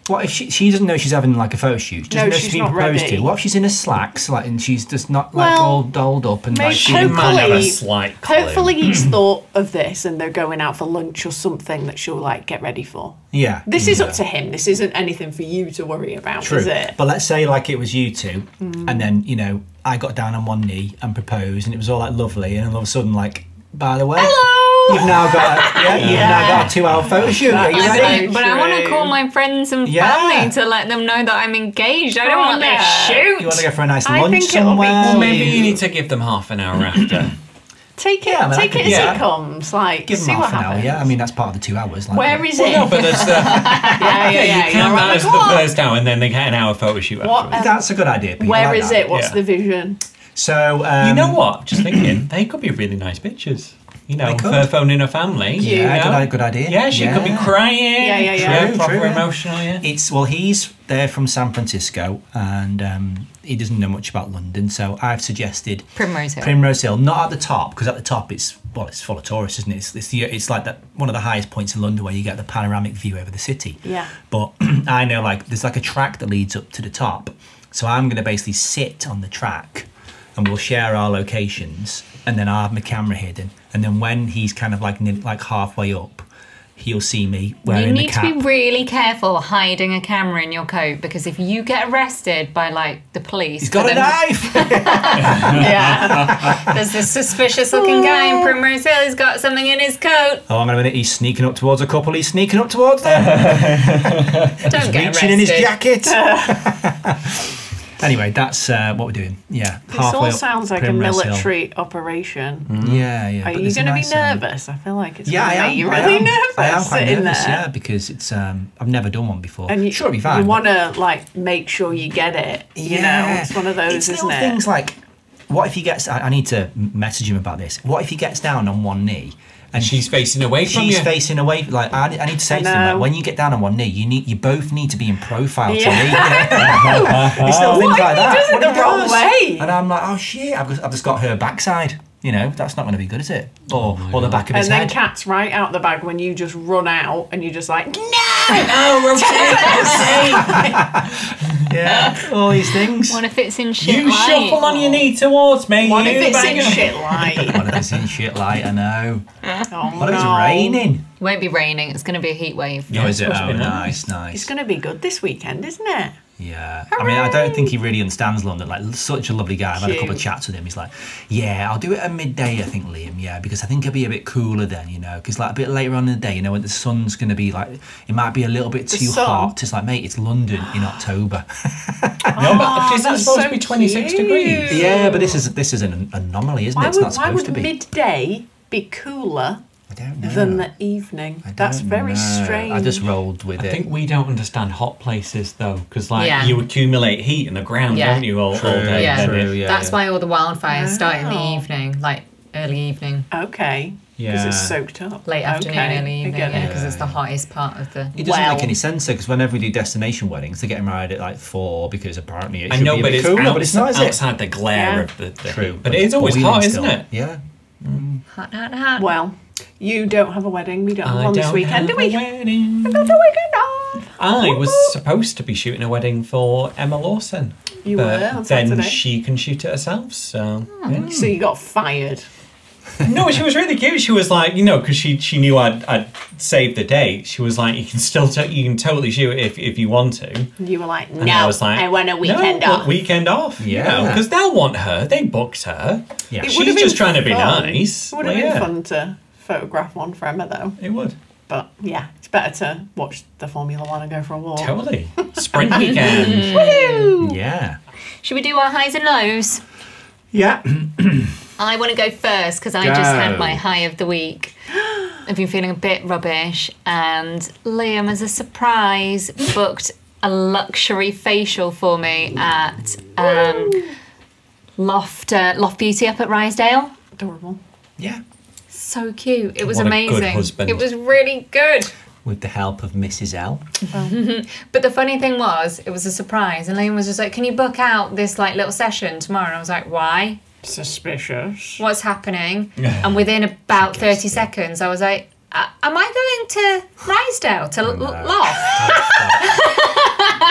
Speaker 2: what if she, she doesn't know she's having like a photo shoot? She doesn't
Speaker 5: No,
Speaker 2: know
Speaker 5: she's
Speaker 2: being
Speaker 5: not
Speaker 2: proposed
Speaker 5: ready.
Speaker 2: to. What if she's in her slacks, like, and she's just not like
Speaker 5: Well,
Speaker 2: all dolled up and like
Speaker 5: maybe-
Speaker 2: she
Speaker 4: You might have a
Speaker 5: Hopefully-
Speaker 4: slight clue.
Speaker 5: Hopefully he's
Speaker 2: Mm.
Speaker 5: thought of this and they're going out for lunch or something that she'll like get ready for.
Speaker 2: yeah.
Speaker 5: This is
Speaker 2: Yeah.
Speaker 5: up to him. This isn't anything for you to worry about,
Speaker 2: True.
Speaker 5: is it? Mm.
Speaker 2: But let's say like it was you two, and then you know I got down on one knee and proposed, and it was all like lovely, and then all of a sudden like, by the way,
Speaker 5: Hello!
Speaker 2: you've now got a, yeah, you've now got a two-hour photo shoot. Are you
Speaker 5: That's
Speaker 1: But
Speaker 2: ready?
Speaker 1: I,
Speaker 5: so
Speaker 1: but I want to
Speaker 5: true.
Speaker 1: call my friends and
Speaker 2: Yeah.
Speaker 1: family to let them know that I'm engaged. I don't
Speaker 5: Oh,
Speaker 1: want their
Speaker 5: no.
Speaker 1: shoot.
Speaker 2: You want to go for a nice
Speaker 5: I
Speaker 2: lunch
Speaker 5: think it'll be-
Speaker 2: somewhere?
Speaker 5: Well,
Speaker 4: Well, maybe you need to give them half an hour after.
Speaker 5: Take it
Speaker 2: Yeah, I mean, I
Speaker 5: take
Speaker 2: could
Speaker 5: it as
Speaker 4: do
Speaker 5: it
Speaker 4: that.
Speaker 5: comes. Like
Speaker 2: give
Speaker 5: see
Speaker 2: them
Speaker 5: what
Speaker 2: half an hour.
Speaker 5: happens.
Speaker 2: Yeah, I mean that's part of the two hours. Like,
Speaker 5: Where is it?
Speaker 4: no, but that's the,
Speaker 5: yeah, yeah, yeah.
Speaker 4: you
Speaker 5: you're
Speaker 4: count
Speaker 5: right.
Speaker 4: that as the first hour, and then they get an hour photo shoot
Speaker 5: What
Speaker 4: afterwards.
Speaker 2: that's a good idea. Pete. I
Speaker 5: Where
Speaker 2: like
Speaker 5: is
Speaker 2: that.
Speaker 5: it? What's
Speaker 4: Yeah.
Speaker 5: the vision?
Speaker 2: So um,
Speaker 4: you know what? Just thinking, they could be really nice pictures. You know,
Speaker 2: They could.
Speaker 4: her phoning her family. you
Speaker 2: Yeah,
Speaker 4: know?
Speaker 2: good, i- good idea.
Speaker 4: Yeah, she could be
Speaker 2: Yeah.
Speaker 4: crying.
Speaker 5: Yeah, yeah, yeah.
Speaker 2: True,
Speaker 4: proper
Speaker 2: true, yeah.
Speaker 4: emotional. Yeah.
Speaker 2: It's well, he's there from San Francisco, and um, he doesn't know much about London. So I've suggested
Speaker 1: Primrose Hill.
Speaker 2: Primrose Hill, not at the top, because at the top it's well, it's full of tourists, isn't it? It's it's, the, it's like that one of the highest points in London where you get the panoramic view over the city.
Speaker 5: Yeah.
Speaker 2: But I know like there's like a track that leads up to the top, so I'm going to basically sit on the track, and we'll share our locations, and then I'll have my camera hidden, and then when he's kind of like near- like halfway up, he'll see me
Speaker 1: You
Speaker 2: wearing the
Speaker 1: need to
Speaker 2: cap.
Speaker 1: be really careful hiding a camera in your coat because if you get arrested by like the police,
Speaker 2: He's got
Speaker 1: for
Speaker 2: a
Speaker 1: them-
Speaker 2: knife.
Speaker 5: Yeah.
Speaker 1: There's this suspicious looking guy in Primrose Hill. He's got something in his coat.
Speaker 2: Oh, hang on a minute. He's sneaking up towards a couple. He's sneaking up towards them.
Speaker 1: Don't
Speaker 2: He's
Speaker 1: get
Speaker 2: reaching
Speaker 1: arrested.
Speaker 2: in his jacket. anyway, that's uh, what we're doing. Yeah.
Speaker 5: this all sounds like a military operation.
Speaker 2: Yeah, yeah.
Speaker 5: Are
Speaker 2: but
Speaker 5: you
Speaker 2: there's a
Speaker 5: going to be
Speaker 2: nice, um,
Speaker 5: nervous? I feel like it's
Speaker 2: yeah, I
Speaker 5: going to
Speaker 2: am.
Speaker 5: make you
Speaker 2: I
Speaker 5: really
Speaker 2: am.
Speaker 5: nervous
Speaker 2: I am quite
Speaker 5: sitting
Speaker 2: nervous,
Speaker 5: there.
Speaker 2: yeah, because it's um, I've never done one before.
Speaker 5: And you,
Speaker 2: sure, it'll be fine.
Speaker 5: you want to like make sure you get it. You know, it's one of those,
Speaker 2: It's
Speaker 5: isn't
Speaker 2: little
Speaker 5: it?
Speaker 2: Things like, what if he gets? I, I need to message him about this. What if he gets down on one knee and
Speaker 4: She's facing away from
Speaker 2: she's
Speaker 4: you.
Speaker 2: facing away. Like I, I need to say
Speaker 5: I
Speaker 2: to them, like,
Speaker 5: know.
Speaker 2: when you get down on one knee, you need you both need to be in profile to
Speaker 5: Yeah.
Speaker 2: me. it's little things
Speaker 5: if
Speaker 2: like
Speaker 5: he
Speaker 2: that.
Speaker 5: does it
Speaker 2: What
Speaker 5: the
Speaker 2: if he
Speaker 5: wrong
Speaker 2: does?
Speaker 5: way?
Speaker 2: And I'm like, oh shit! I've just, I've just got her backside. You know, that's not going to be good, is it? Or or the back of
Speaker 5: and
Speaker 2: his
Speaker 5: then
Speaker 2: head.
Speaker 5: cat's right out the bag when you just run out and you're just like, no!
Speaker 4: Oh, we're
Speaker 2: Yeah, all these things.
Speaker 1: One if it's in shit
Speaker 4: You
Speaker 1: light.
Speaker 4: shuffle on your knee towards me.
Speaker 5: What
Speaker 4: you
Speaker 5: if it's in
Speaker 4: beggar.
Speaker 5: shit light?
Speaker 2: One of it's in shit light, I know.
Speaker 5: Oh,
Speaker 2: What if it's
Speaker 5: no.
Speaker 2: raining?
Speaker 1: It won't be raining. It's going to be a heat wave.
Speaker 2: No, is it?
Speaker 4: supposed to
Speaker 2: Oh,
Speaker 4: be
Speaker 2: nice,
Speaker 5: It's
Speaker 2: nice.
Speaker 5: going to be good this weekend, isn't it?
Speaker 2: Yeah. I mean, I don't think he really understands London. Like, such a lovely guy. I've had a couple of
Speaker 5: Cute.
Speaker 2: chats with him. He's like, yeah, I'll do it at midday, I think, Liam. Yeah, because I think it'll be a bit cooler then, you know. Because, like, a bit later on in the day, you know, when the sun's going to be, like, it might be a little bit too
Speaker 5: sun?
Speaker 2: hot. It's like, mate, it's London in October.
Speaker 4: No, but
Speaker 5: Ah,
Speaker 4: is that
Speaker 5: that's
Speaker 4: supposed
Speaker 5: so
Speaker 4: to be 26
Speaker 5: cute.
Speaker 4: degrees?
Speaker 2: yeah, but this is this is an anomaly, isn't it?
Speaker 5: Why
Speaker 2: It's
Speaker 5: would,
Speaker 2: not
Speaker 5: why
Speaker 2: supposed
Speaker 5: would
Speaker 2: to be.
Speaker 5: midday be cooler
Speaker 2: I don't know.
Speaker 5: than the evening?
Speaker 2: Oh. I
Speaker 5: That's
Speaker 2: don't
Speaker 5: very
Speaker 2: know.
Speaker 5: strange.
Speaker 2: I just rolled with
Speaker 4: I
Speaker 2: it.
Speaker 4: think we don't understand hot places though, because like
Speaker 1: Yeah.
Speaker 4: you accumulate heat in the ground,
Speaker 1: Yeah.
Speaker 4: don't you, all, all
Speaker 2: True,
Speaker 4: day?
Speaker 1: Yeah.
Speaker 4: don't you?
Speaker 2: true, yeah,
Speaker 1: That's
Speaker 2: yeah.
Speaker 1: why all the wildfires start in
Speaker 5: Wow.
Speaker 1: the evening, like early evening,
Speaker 5: Okay. Because
Speaker 2: Yeah.
Speaker 5: it's soaked up.
Speaker 1: late afternoon,
Speaker 5: okay.
Speaker 1: early evening,
Speaker 5: I get
Speaker 1: yeah,
Speaker 5: it.
Speaker 1: because it's the hottest part of the.
Speaker 2: It doesn't
Speaker 5: Well-
Speaker 2: make any sense though, because whenever we do destination weddings, they get married at like four because apparently it
Speaker 4: I
Speaker 2: should
Speaker 4: know,
Speaker 2: be a
Speaker 4: but
Speaker 2: bit
Speaker 4: it's,
Speaker 2: cooler,
Speaker 4: outside,
Speaker 2: but it's not, is it?
Speaker 4: outside the glare
Speaker 5: Yeah.
Speaker 4: of the, the
Speaker 2: True,
Speaker 4: But it is
Speaker 2: it's
Speaker 4: always
Speaker 2: boiling
Speaker 4: hot,
Speaker 2: still.
Speaker 4: isn't it?
Speaker 2: Yeah.
Speaker 1: Hot, hot, hot.
Speaker 5: Well, you don't have a wedding. We don't have one this weekend,
Speaker 4: have
Speaker 5: do
Speaker 4: a
Speaker 5: we?
Speaker 4: wedding.
Speaker 5: That's a weekend off.
Speaker 4: I was supposed to be shooting a wedding for Emma Lawson.
Speaker 5: You
Speaker 4: but
Speaker 5: were on
Speaker 4: then
Speaker 5: Saturday. Hmm.
Speaker 4: she can shoot it herself. So yeah.
Speaker 5: So you got fired.
Speaker 4: no, she was really cute. She was like, you know, because she she knew I'd I'd saved the date. She was like, you can still to- you can totally shoot it if if you want to.
Speaker 5: And you were like, no,
Speaker 4: And I was like,
Speaker 5: want a weekend
Speaker 4: no,
Speaker 5: off.
Speaker 4: Weekend off.
Speaker 2: Yeah.
Speaker 4: Yeah. Because they'll want her. They booked her.
Speaker 2: Yeah. It
Speaker 5: would've
Speaker 4: She's
Speaker 5: been
Speaker 4: just trying to be
Speaker 5: fun.
Speaker 4: nice.
Speaker 5: It would
Speaker 4: Well,
Speaker 5: have been
Speaker 4: yeah.
Speaker 5: fun to photograph one for Emma, though.
Speaker 4: It would.
Speaker 5: But yeah, it's better to watch the Formula One and go for a walk.
Speaker 4: Totally. Sprint
Speaker 5: Mm.
Speaker 4: weekend.
Speaker 2: Yeah.
Speaker 1: Should we do our highs and lows?
Speaker 2: Yeah.
Speaker 1: I want to go first because I just had
Speaker 2: Go.
Speaker 1: my high of the week. I've been feeling a bit rubbish, and Liam, as a surprise, booked a luxury facial for me at um, Loft uh, Loft Beauty up at Rysdale.
Speaker 5: Adorable.
Speaker 2: Yeah.
Speaker 1: So cute! It was
Speaker 4: What a good
Speaker 1: amazing.
Speaker 4: husband.
Speaker 1: It was really good.
Speaker 2: With the help of Mrs. L.
Speaker 1: But the funny thing was, it was a surprise, and Liam was just like, "Can you book out this like little session tomorrow?" And I was like, "Why?
Speaker 5: Suspicious.
Speaker 1: what's happening and within about 30 seconds i was like "A- am i going to rysdale to l-
Speaker 2: No.
Speaker 1: loft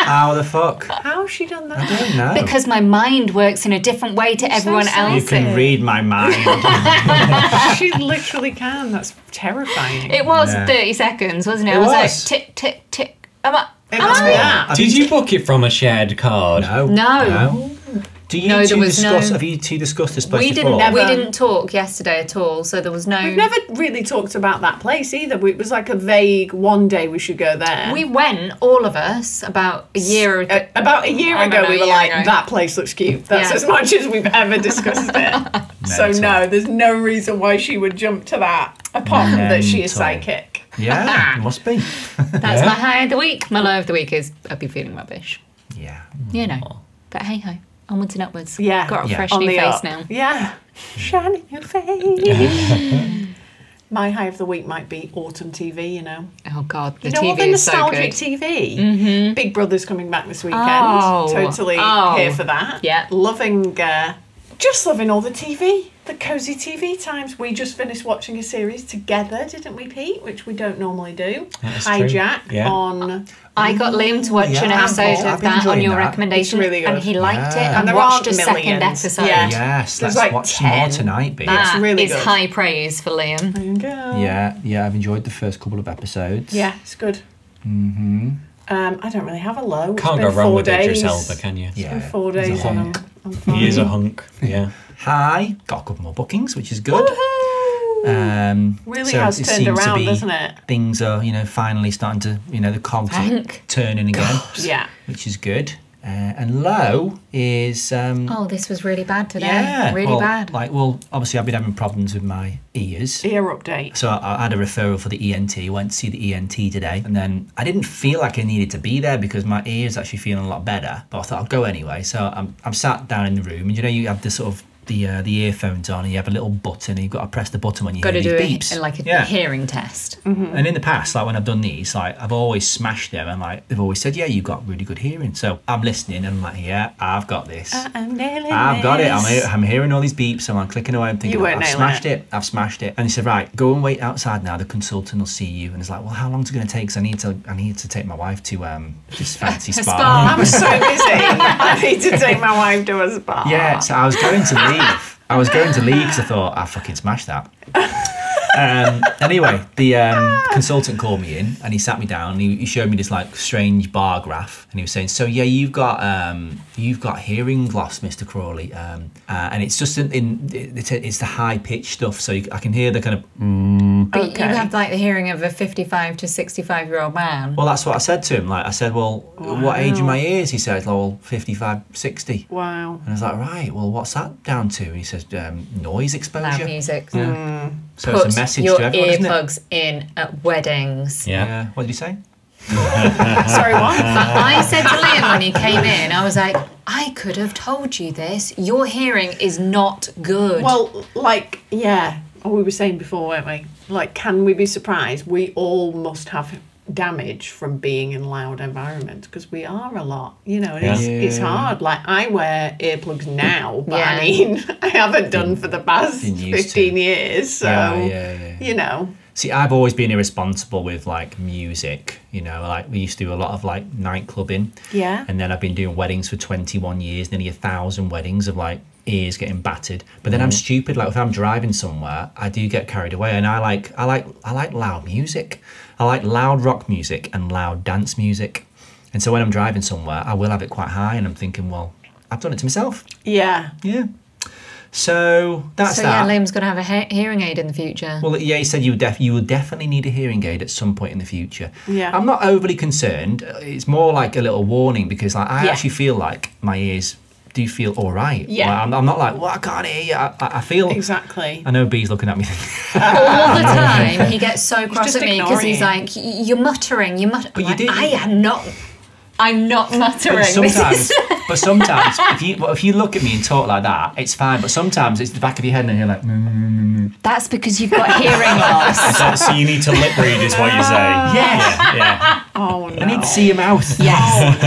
Speaker 2: How the fuck? I
Speaker 5: How's she done that?
Speaker 2: don't know.
Speaker 1: because my mind works in a different way to everyone
Speaker 5: sad.
Speaker 2: you
Speaker 1: else's
Speaker 2: can read my mind.
Speaker 5: she literally can. That's terrifying.
Speaker 1: it was
Speaker 2: Yeah.
Speaker 1: 30 seconds wasn't it,
Speaker 2: It
Speaker 1: i was,
Speaker 2: was.
Speaker 1: like tick tick tick am i
Speaker 5: It
Speaker 1: am
Speaker 5: was
Speaker 2: Oh,
Speaker 1: I-
Speaker 5: that.
Speaker 4: Did you book it from a shared card?
Speaker 2: no.
Speaker 1: No.
Speaker 2: Do you
Speaker 1: No, there
Speaker 2: two
Speaker 1: was
Speaker 2: discuss
Speaker 1: no-
Speaker 2: have you two discussed this place
Speaker 1: we
Speaker 2: before?
Speaker 1: didn't we
Speaker 5: Never.
Speaker 1: didn't talk yesterday at all so there was no
Speaker 5: We've never really talked about that place either. It was like a vague one day we should go there.
Speaker 1: we went all of us about a year
Speaker 2: Eh,
Speaker 1: ago
Speaker 5: A- Uh, about a year
Speaker 1: I don't
Speaker 5: ago
Speaker 1: know,
Speaker 5: we
Speaker 1: a
Speaker 5: were
Speaker 1: year
Speaker 5: like,
Speaker 1: ago.
Speaker 5: that place looks cute. That's
Speaker 1: Yeah.
Speaker 5: as much as we've ever discussed it. so no,
Speaker 2: Mental.
Speaker 5: there's no reason why she would jump to that apart from that she is
Speaker 2: Mental.
Speaker 5: psychic.
Speaker 2: Yeah, it must be.
Speaker 1: that's
Speaker 4: Yeah.
Speaker 1: my high of the week my low of the week is i've been feeling rubbish
Speaker 2: Yeah.
Speaker 1: you know but hey ho onwards and upwards
Speaker 5: Yeah.
Speaker 1: got a
Speaker 2: Oh. Yeah.
Speaker 1: fresh
Speaker 5: On
Speaker 1: new
Speaker 5: the
Speaker 1: face
Speaker 5: up.
Speaker 1: now
Speaker 5: Yeah. Shiny new face. My high of the week might be autumn TV, you know.
Speaker 1: Oh God, the
Speaker 5: You know all
Speaker 1: TV
Speaker 5: the
Speaker 1: is so good. Mm-hmm.
Speaker 5: nostalgic TV. Big Brother's coming back this weekend.
Speaker 1: Oh.
Speaker 5: Totally
Speaker 1: Oh.
Speaker 5: here for that.
Speaker 1: Yeah.
Speaker 5: loving, uh, just loving all the TV, the cozy TV times. We just finished watching a series together, didn't we, Pete? Which we don't normally do.
Speaker 4: That is true.
Speaker 5: Hijack
Speaker 4: Yeah.
Speaker 5: on,
Speaker 1: I got Liam to watch an
Speaker 2: Yeah.
Speaker 1: episode
Speaker 2: I've
Speaker 1: of
Speaker 2: been
Speaker 1: that on
Speaker 2: enjoying
Speaker 1: your
Speaker 2: that.
Speaker 1: recommendation,
Speaker 5: It's really good.
Speaker 1: and he liked
Speaker 2: Yeah.
Speaker 1: it.
Speaker 2: And
Speaker 1: And,
Speaker 5: there
Speaker 1: watched a
Speaker 5: aren't
Speaker 1: second
Speaker 5: millions.
Speaker 1: episode.
Speaker 5: Yeah.
Speaker 2: Yes, let's
Speaker 5: There's like
Speaker 2: watch
Speaker 5: 10.
Speaker 2: more tonight, B.
Speaker 1: That
Speaker 5: It's really
Speaker 1: is
Speaker 5: good.
Speaker 1: high praise for Liam.
Speaker 5: there you go.
Speaker 2: Yeah, yeah, I've enjoyed the first couple of episodes.
Speaker 5: Yeah, it's good. Mm-hmm. Um, I don't really have a low. It's
Speaker 4: Can't
Speaker 5: been
Speaker 4: go wrong
Speaker 5: four
Speaker 4: with
Speaker 5: days.
Speaker 4: it yourself, though, can you?
Speaker 5: It's been
Speaker 2: Yeah.
Speaker 5: four
Speaker 2: He's a
Speaker 5: days on
Speaker 2: hunk.
Speaker 5: them. I'm
Speaker 4: He is a
Speaker 5: fine.
Speaker 4: hunk. Yeah.
Speaker 2: Hi, got a couple more bookings, which is good. Um,
Speaker 5: Really
Speaker 2: so
Speaker 5: has
Speaker 2: it
Speaker 5: turned
Speaker 2: seems to
Speaker 5: around,
Speaker 2: be-
Speaker 5: doesn't it?
Speaker 2: Things are, you know, finally starting to, you know, the cogs are
Speaker 1: Thank
Speaker 2: turning again,
Speaker 5: Yeah.
Speaker 2: which is good. Uh, and low is, um,
Speaker 1: Oh, this was really bad today.
Speaker 2: yeah,
Speaker 1: really
Speaker 2: well,
Speaker 1: bad.
Speaker 2: Like, well, obviously I've been having problems with my ears.
Speaker 5: Ear update.
Speaker 2: So I I had a referral for the ENT. Went to see the ENT today, and then I didn't feel like I needed to be there because my ears actually feeling a lot better. But I thought I'll go anyway. So I'm, I'm sat down in the room, and you know you have this sort of the uh, the earphones on, and you have a little button, and you've got to press the button when you
Speaker 1: Got to
Speaker 2: hear
Speaker 1: do
Speaker 2: these
Speaker 1: it
Speaker 2: beeps.
Speaker 1: in like a Mm-hmm.
Speaker 2: Yeah.
Speaker 1: hearing test.
Speaker 2: And in the past, like when I've done these, like I've always smashed them, and like they've always said, "Yeah, you've got really good hearing." So I'm listening, and I'm like, "Yeah, I've got this.
Speaker 5: I'm nailing
Speaker 2: I've got it. I'm,
Speaker 5: this.
Speaker 2: he- I'm hearing all these beeps, and I'm clicking away. I'm thinking,
Speaker 5: weren't
Speaker 2: I've
Speaker 5: nailing
Speaker 2: smashed
Speaker 5: it.
Speaker 2: it. I've smashed it." And he said, "Right, go and wait outside now. The consultant will see you." And it's like, "Well, how long's it going to take? 'Cause I need to, I need to take my wife to um this fancy spa."
Speaker 1: spa.
Speaker 5: I'm so busy. I need to take my wife to a spa.
Speaker 2: Yeah, so I was going to leave. I was going to leave because I thought I fucking smashed that. Um, anyway, the um, consultant called me in and he sat me down and he, he showed me this like strange bar graph and he was saying, "So yeah, you've got um, you've got hearing loss, Mister Crawley, um, uh, and it's just in, in it's, it's the high pitched stuff. So you, I can hear the kind of
Speaker 1: But
Speaker 5: Okay.
Speaker 1: you have like the hearing of a 55 to 65 year old man.
Speaker 2: well, that's what I said to him. Like I said, well, what age are my ears? He said, well, 55, 60.
Speaker 5: Wow.
Speaker 2: And I was like, right, well, what's that down to? And he says, um, noise
Speaker 1: Loud
Speaker 2: exposure.
Speaker 1: music.
Speaker 2: So
Speaker 1: Put
Speaker 2: it's a message
Speaker 1: your
Speaker 2: to everyone, isn't it?
Speaker 1: earplugs in at weddings.
Speaker 4: Yeah.
Speaker 2: Yeah. What did you say?
Speaker 5: Sorry, what?
Speaker 1: But I said to Liam when he came in, I was like, I could have told you this. Your hearing is not good.
Speaker 5: well, like, yeah. Oh, we were saying before, weren't we? Like, can we be surprised? We all must have damage from being in loud environments because we are a lot. You know, and it's,
Speaker 4: Yeah.
Speaker 5: it's hard. Like, I wear earplugs now, but
Speaker 1: Yeah.
Speaker 5: I mean, I haven't done for the past
Speaker 2: Didn't used to.
Speaker 5: 15 years. So,
Speaker 2: Yeah, yeah, yeah.
Speaker 5: you know.
Speaker 2: See, I've always been irresponsible with like music. You know, like we used to do a lot of like night clubbing.
Speaker 5: Yeah.
Speaker 2: And then I've been doing weddings for 21 years, nearly a thousand weddings of like ears getting battered. But then I'm stupid. Like if I'm driving somewhere, I do get carried away, and I like I like I like loud music. I like loud rock music and loud dance music. And so when I'm driving somewhere, I will have it quite high, and I'm thinking, well, I've done it to myself.
Speaker 5: Yeah.
Speaker 2: Yeah. So that's
Speaker 1: so
Speaker 2: that.
Speaker 1: yeah, Liam's going to have a he- hearing aid in the future.
Speaker 2: Well, yeah, he said you would def- you will definitely need a hearing aid at some point in the future.
Speaker 5: Yeah.
Speaker 2: I'm not overly concerned. Uh, It's more like a little warning because like, I
Speaker 5: Yeah.
Speaker 2: actually feel like my ears do feel all right.
Speaker 5: Yeah.
Speaker 2: Like, I'm, I'm not like, well, I can't hear you. I, I I feel.
Speaker 5: Exactly.
Speaker 2: I know B's looking at me. thinking,
Speaker 1: All the time, he gets so cross
Speaker 5: just
Speaker 1: at me because
Speaker 5: ignoring
Speaker 1: he's
Speaker 5: it.
Speaker 1: like, "Y- "You're muttering. You're muttering."
Speaker 2: But you did-
Speaker 1: I am not. I'm not muttering.
Speaker 2: but
Speaker 1: This
Speaker 2: sometimes,
Speaker 1: is
Speaker 2: but sometimes, if you well, if you look at me and talk like that, it's fine. But sometimes it's the back of your head and you're like, mm.
Speaker 1: That's because you've got hearing
Speaker 2: Oh,
Speaker 1: loss.
Speaker 4: So, so you need to lip read, is what you say.
Speaker 5: Ah.
Speaker 2: yeah,
Speaker 4: Yeah.
Speaker 5: Oh, no.
Speaker 2: I need to see your mouth.
Speaker 1: Yes.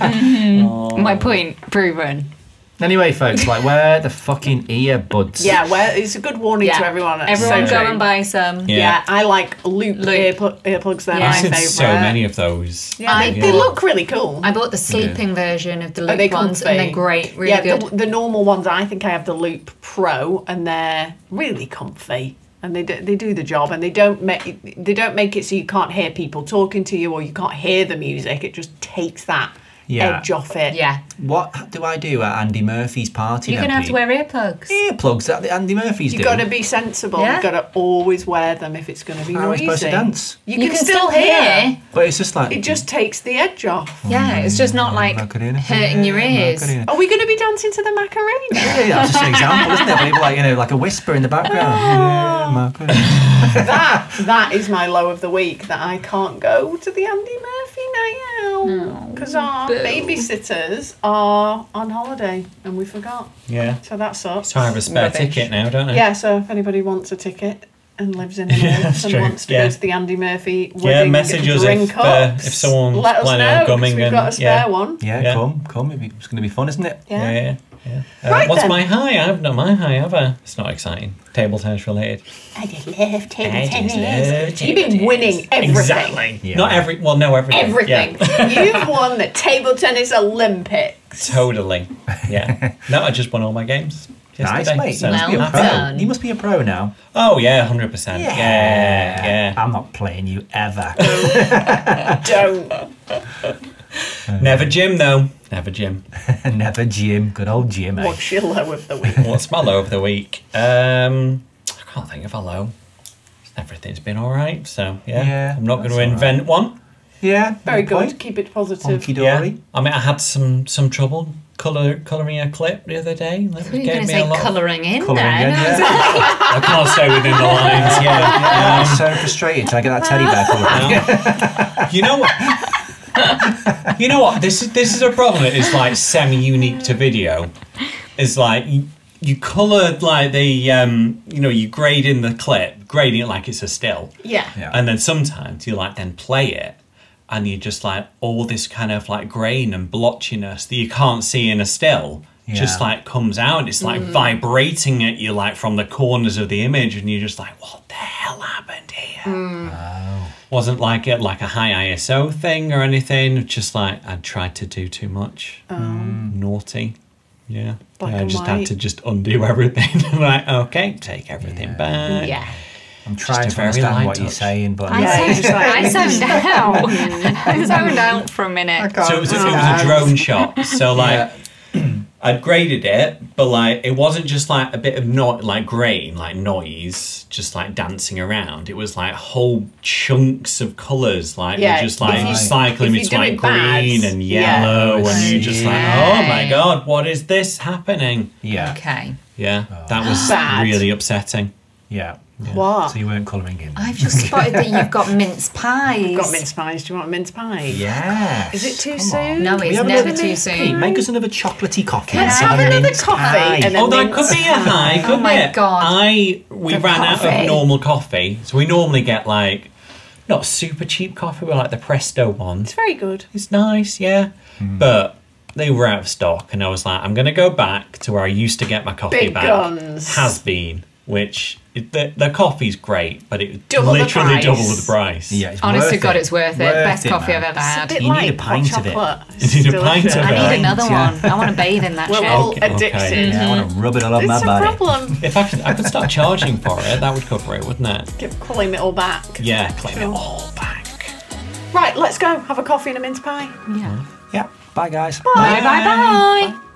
Speaker 1: Mm-hmm.
Speaker 2: Oh.
Speaker 1: My point proven.
Speaker 2: Anyway, folks, like, wear the fucking earbuds.
Speaker 5: Yeah, well, it's a good warning to everyone. It's
Speaker 1: Everyone
Speaker 5: so
Speaker 1: go
Speaker 5: true.
Speaker 1: and buy some.
Speaker 5: Yeah. I like loop,
Speaker 1: Loop.
Speaker 5: earpl- earplugs. They're
Speaker 1: Yeah. I've
Speaker 5: my
Speaker 4: I've
Speaker 5: favourite.
Speaker 4: seen so many of those.
Speaker 5: Yeah, they, they look really cool.
Speaker 1: I bought the sleeping version of the
Speaker 5: Are they
Speaker 1: loop ones, and
Speaker 5: comfy?
Speaker 1: they're great. Really
Speaker 5: yeah,
Speaker 1: good.
Speaker 5: The, the normal ones. I think I have the Loop Pro, and they're really comfy, and they do, they do the job, and they don't make they don't make it so you can't hear people talking to you or you can't hear the music. It just takes that
Speaker 2: Yeah.
Speaker 5: edge off it.
Speaker 1: yeah.
Speaker 2: What do I do at Andy Murphy's party?
Speaker 1: You're
Speaker 2: then,
Speaker 1: gonna have
Speaker 2: Pete?
Speaker 1: to wear earplugs.
Speaker 2: earplugs that the Andy Murphy's
Speaker 5: You
Speaker 2: do.
Speaker 5: got to be sensible.
Speaker 1: Yeah.
Speaker 5: You got to always wear them if it's going to be
Speaker 2: How are we
Speaker 5: noisy.
Speaker 2: supposed to dance?
Speaker 5: You, can, still, hear.
Speaker 2: but it's just like
Speaker 5: It just takes the edge off.
Speaker 1: Yeah, it's just not like
Speaker 2: Macarena.
Speaker 1: hurting your ears.
Speaker 2: Macarena.
Speaker 5: Are we going to be dancing to the Macarena?
Speaker 2: Yeah, that's just an example, isn't it? But it, like you know, like a whisper in the background. Yeah, Macarena.
Speaker 5: Oh. that that is my low of the week that I can't go to the Andy Murphy night out because our babysitters are on holiday and we forgot.
Speaker 4: Yeah.
Speaker 5: So that sucks.
Speaker 4: So I have a spare
Speaker 1: Rubbish.
Speaker 4: ticket now, don't I?
Speaker 5: Yeah. So if anybody wants a ticket and lives in the north
Speaker 4: that's
Speaker 5: and
Speaker 4: true,
Speaker 5: wants to
Speaker 4: yeah.
Speaker 5: go to the Andy Murphy wedding,
Speaker 4: message us if,
Speaker 5: drink
Speaker 4: uh,
Speaker 5: ups,
Speaker 4: if someone's
Speaker 5: let us
Speaker 4: planning
Speaker 5: know
Speaker 4: on
Speaker 5: 'cause
Speaker 4: coming
Speaker 5: We've
Speaker 4: and-
Speaker 5: got a spare
Speaker 4: yeah.
Speaker 5: one.
Speaker 2: Yeah,
Speaker 4: Yeah.
Speaker 2: come, come. it'd be- It's going to be fun, isn't it?
Speaker 5: Yeah.
Speaker 4: Yeah. yeah, yeah. Uh,
Speaker 5: Right
Speaker 4: what's
Speaker 5: then.
Speaker 4: my high? I've not my high, have I? It's not exciting. Table tennis related.
Speaker 5: I just love table
Speaker 4: I just
Speaker 5: tennis.
Speaker 4: love
Speaker 5: You've
Speaker 4: table
Speaker 5: been winning everything.
Speaker 4: Exactly.
Speaker 2: Yeah.
Speaker 4: Not every. Well, no, everything.
Speaker 5: Everything.
Speaker 4: Yeah.
Speaker 5: You've won the table tennis Olympics.
Speaker 4: totally. Yeah. No, I just won all my games.
Speaker 2: Nice,
Speaker 4: yesterday,
Speaker 2: mate.
Speaker 4: so
Speaker 2: you, must be a
Speaker 1: Well
Speaker 4: I'm
Speaker 2: pro.
Speaker 4: happy.
Speaker 1: done.
Speaker 2: you must be a pro now.
Speaker 4: Oh yeah, hundred percent. Yeah. Yeah.
Speaker 2: I'm not playing you ever.
Speaker 5: Don't.
Speaker 4: Never gym though. Never gym.
Speaker 2: Never Jim. Good old Jim, eh?
Speaker 5: What's your low of the week?
Speaker 4: What's my low of the week? Um, I can't think of a low. Everything's been all right, so yeah.
Speaker 2: Yeah,
Speaker 4: I'm not going
Speaker 2: that's
Speaker 4: to
Speaker 2: all right.
Speaker 4: invent one.
Speaker 2: Yeah.
Speaker 5: Very good.
Speaker 2: point.
Speaker 5: Keep it positive.
Speaker 2: Honky
Speaker 4: Yeah.
Speaker 2: dory.
Speaker 4: I mean, I had some some trouble color coloring a clip the other day. That
Speaker 1: Who are you going to say
Speaker 4: of-
Speaker 1: colouring in
Speaker 2: Colouring
Speaker 1: then?
Speaker 2: in,
Speaker 1: I was
Speaker 2: yeah.
Speaker 1: like,
Speaker 4: I can't stay within the lines. Yeah. Um,
Speaker 2: I'm so frustrated. Can I get that teddy bear for you?
Speaker 4: You know what? you know what? This is this is a problem. It's like semi unique to video. It's like you, you coloured like the um, you know you grade in the clip, grading it like it's a still.
Speaker 5: Yeah.
Speaker 2: Yeah.
Speaker 4: And then sometimes you like then play it, and you just like all this kind of like grain and blotchiness that you can't see in a still. Just
Speaker 2: Yeah.
Speaker 4: like comes out, it's like
Speaker 5: Mm-hmm.
Speaker 4: vibrating at you, like from the corners of the image, and you're just like, "What the hell happened here?"
Speaker 5: Mm.
Speaker 4: Wasn't like it like a high ISO thing or anything. Just like I tried to do too much,
Speaker 2: Mm.
Speaker 4: naughty. Yeah.
Speaker 5: Oh. Black
Speaker 4: yeah I
Speaker 5: and
Speaker 4: just had
Speaker 5: white.
Speaker 4: to just undo everything. like, okay, take everything back.
Speaker 1: Yeah.
Speaker 2: I'm trying
Speaker 4: Just a
Speaker 2: to
Speaker 4: very
Speaker 2: understand
Speaker 4: light
Speaker 2: what you're
Speaker 4: touch.
Speaker 2: saying, but
Speaker 1: I
Speaker 5: Yeah,
Speaker 1: zoned-
Speaker 5: it's just like-
Speaker 1: I zoned out. I zoned out for a
Speaker 5: I
Speaker 1: minute.
Speaker 5: can't
Speaker 4: So it was, a, it was
Speaker 5: stand.
Speaker 4: a drone shot. So like, I'd graded it, but like, it wasn't just like a bit of no like grain, like noise, just like dancing around. It was like whole chunks of colours, like
Speaker 5: Yeah,
Speaker 4: you're just like
Speaker 2: if you-
Speaker 4: cycling
Speaker 5: if you do
Speaker 4: between like
Speaker 5: it bad,
Speaker 4: green and
Speaker 5: yeah.
Speaker 4: yellow,
Speaker 2: Oh, I
Speaker 4: and you're just like,
Speaker 1: see.
Speaker 4: oh my god, what is this happening?
Speaker 2: yeah,
Speaker 1: Okay.
Speaker 4: Yeah, that was
Speaker 5: Bad.
Speaker 4: really upsetting.
Speaker 2: yeah. yeah.
Speaker 5: What?
Speaker 2: So you weren't colouring in?
Speaker 1: I've just spotted that you've got mince pies.
Speaker 5: Got mince pies. Do you want mince pie?
Speaker 2: yeah.
Speaker 5: Is it too
Speaker 2: Come on.
Speaker 5: soon?
Speaker 1: No,
Speaker 2: We
Speaker 1: it's
Speaker 2: have
Speaker 1: never
Speaker 2: another
Speaker 1: too
Speaker 2: mince pie.
Speaker 1: soon.
Speaker 2: Make us another chocolatey coffee.
Speaker 5: Let's
Speaker 2: and
Speaker 5: have
Speaker 2: a
Speaker 5: another
Speaker 2: mince
Speaker 5: coffee
Speaker 2: pie.
Speaker 5: and then
Speaker 4: Oh, that
Speaker 5: mince
Speaker 4: could be a high,
Speaker 5: Oh
Speaker 4: couldn't
Speaker 1: my
Speaker 4: it?
Speaker 1: God.
Speaker 4: I we
Speaker 1: The
Speaker 4: ran out
Speaker 1: coffee.
Speaker 4: of normal coffee, so we normally get like not super cheap coffee, but like the Presto ones.
Speaker 5: It's very good.
Speaker 4: It's nice, yeah, but they were out of stock, and I was like, I'm gonna go back to where I used to get my coffee
Speaker 5: Big
Speaker 4: back.
Speaker 5: guns.
Speaker 4: Has been, which it, the the coffee's great, but it
Speaker 5: Double the
Speaker 4: literally
Speaker 5: price.
Speaker 4: double the price.
Speaker 2: Yeah, it's
Speaker 1: Honest to
Speaker 2: worth
Speaker 1: God, it's worth it. Best coffee
Speaker 2: man.
Speaker 1: I've ever
Speaker 5: It's a
Speaker 1: had.
Speaker 5: bit
Speaker 2: You
Speaker 5: like
Speaker 2: need a pint
Speaker 5: hot
Speaker 2: of it.
Speaker 5: chocolate.
Speaker 4: You need a pint
Speaker 5: Delicious.
Speaker 4: of
Speaker 1: I
Speaker 4: it.
Speaker 1: need
Speaker 2: Right,
Speaker 1: another
Speaker 2: yeah.
Speaker 1: one. I want to bathe in that
Speaker 5: We're
Speaker 1: shit.
Speaker 5: all
Speaker 4: Okay, okay.
Speaker 5: addicted.
Speaker 2: Yeah, I want to rub it all up my
Speaker 5: It's a
Speaker 2: body.
Speaker 5: problem.
Speaker 4: If I could, I could start charging for it, that would cover it, wouldn't it?
Speaker 5: Give claim it all back.
Speaker 4: Yeah, claim it
Speaker 5: Sure.
Speaker 4: all back.
Speaker 5: Right, let's go. Have a coffee and a mince pie.
Speaker 1: Yeah.
Speaker 2: Yeah. Bye, guys.
Speaker 1: Bye bye bye.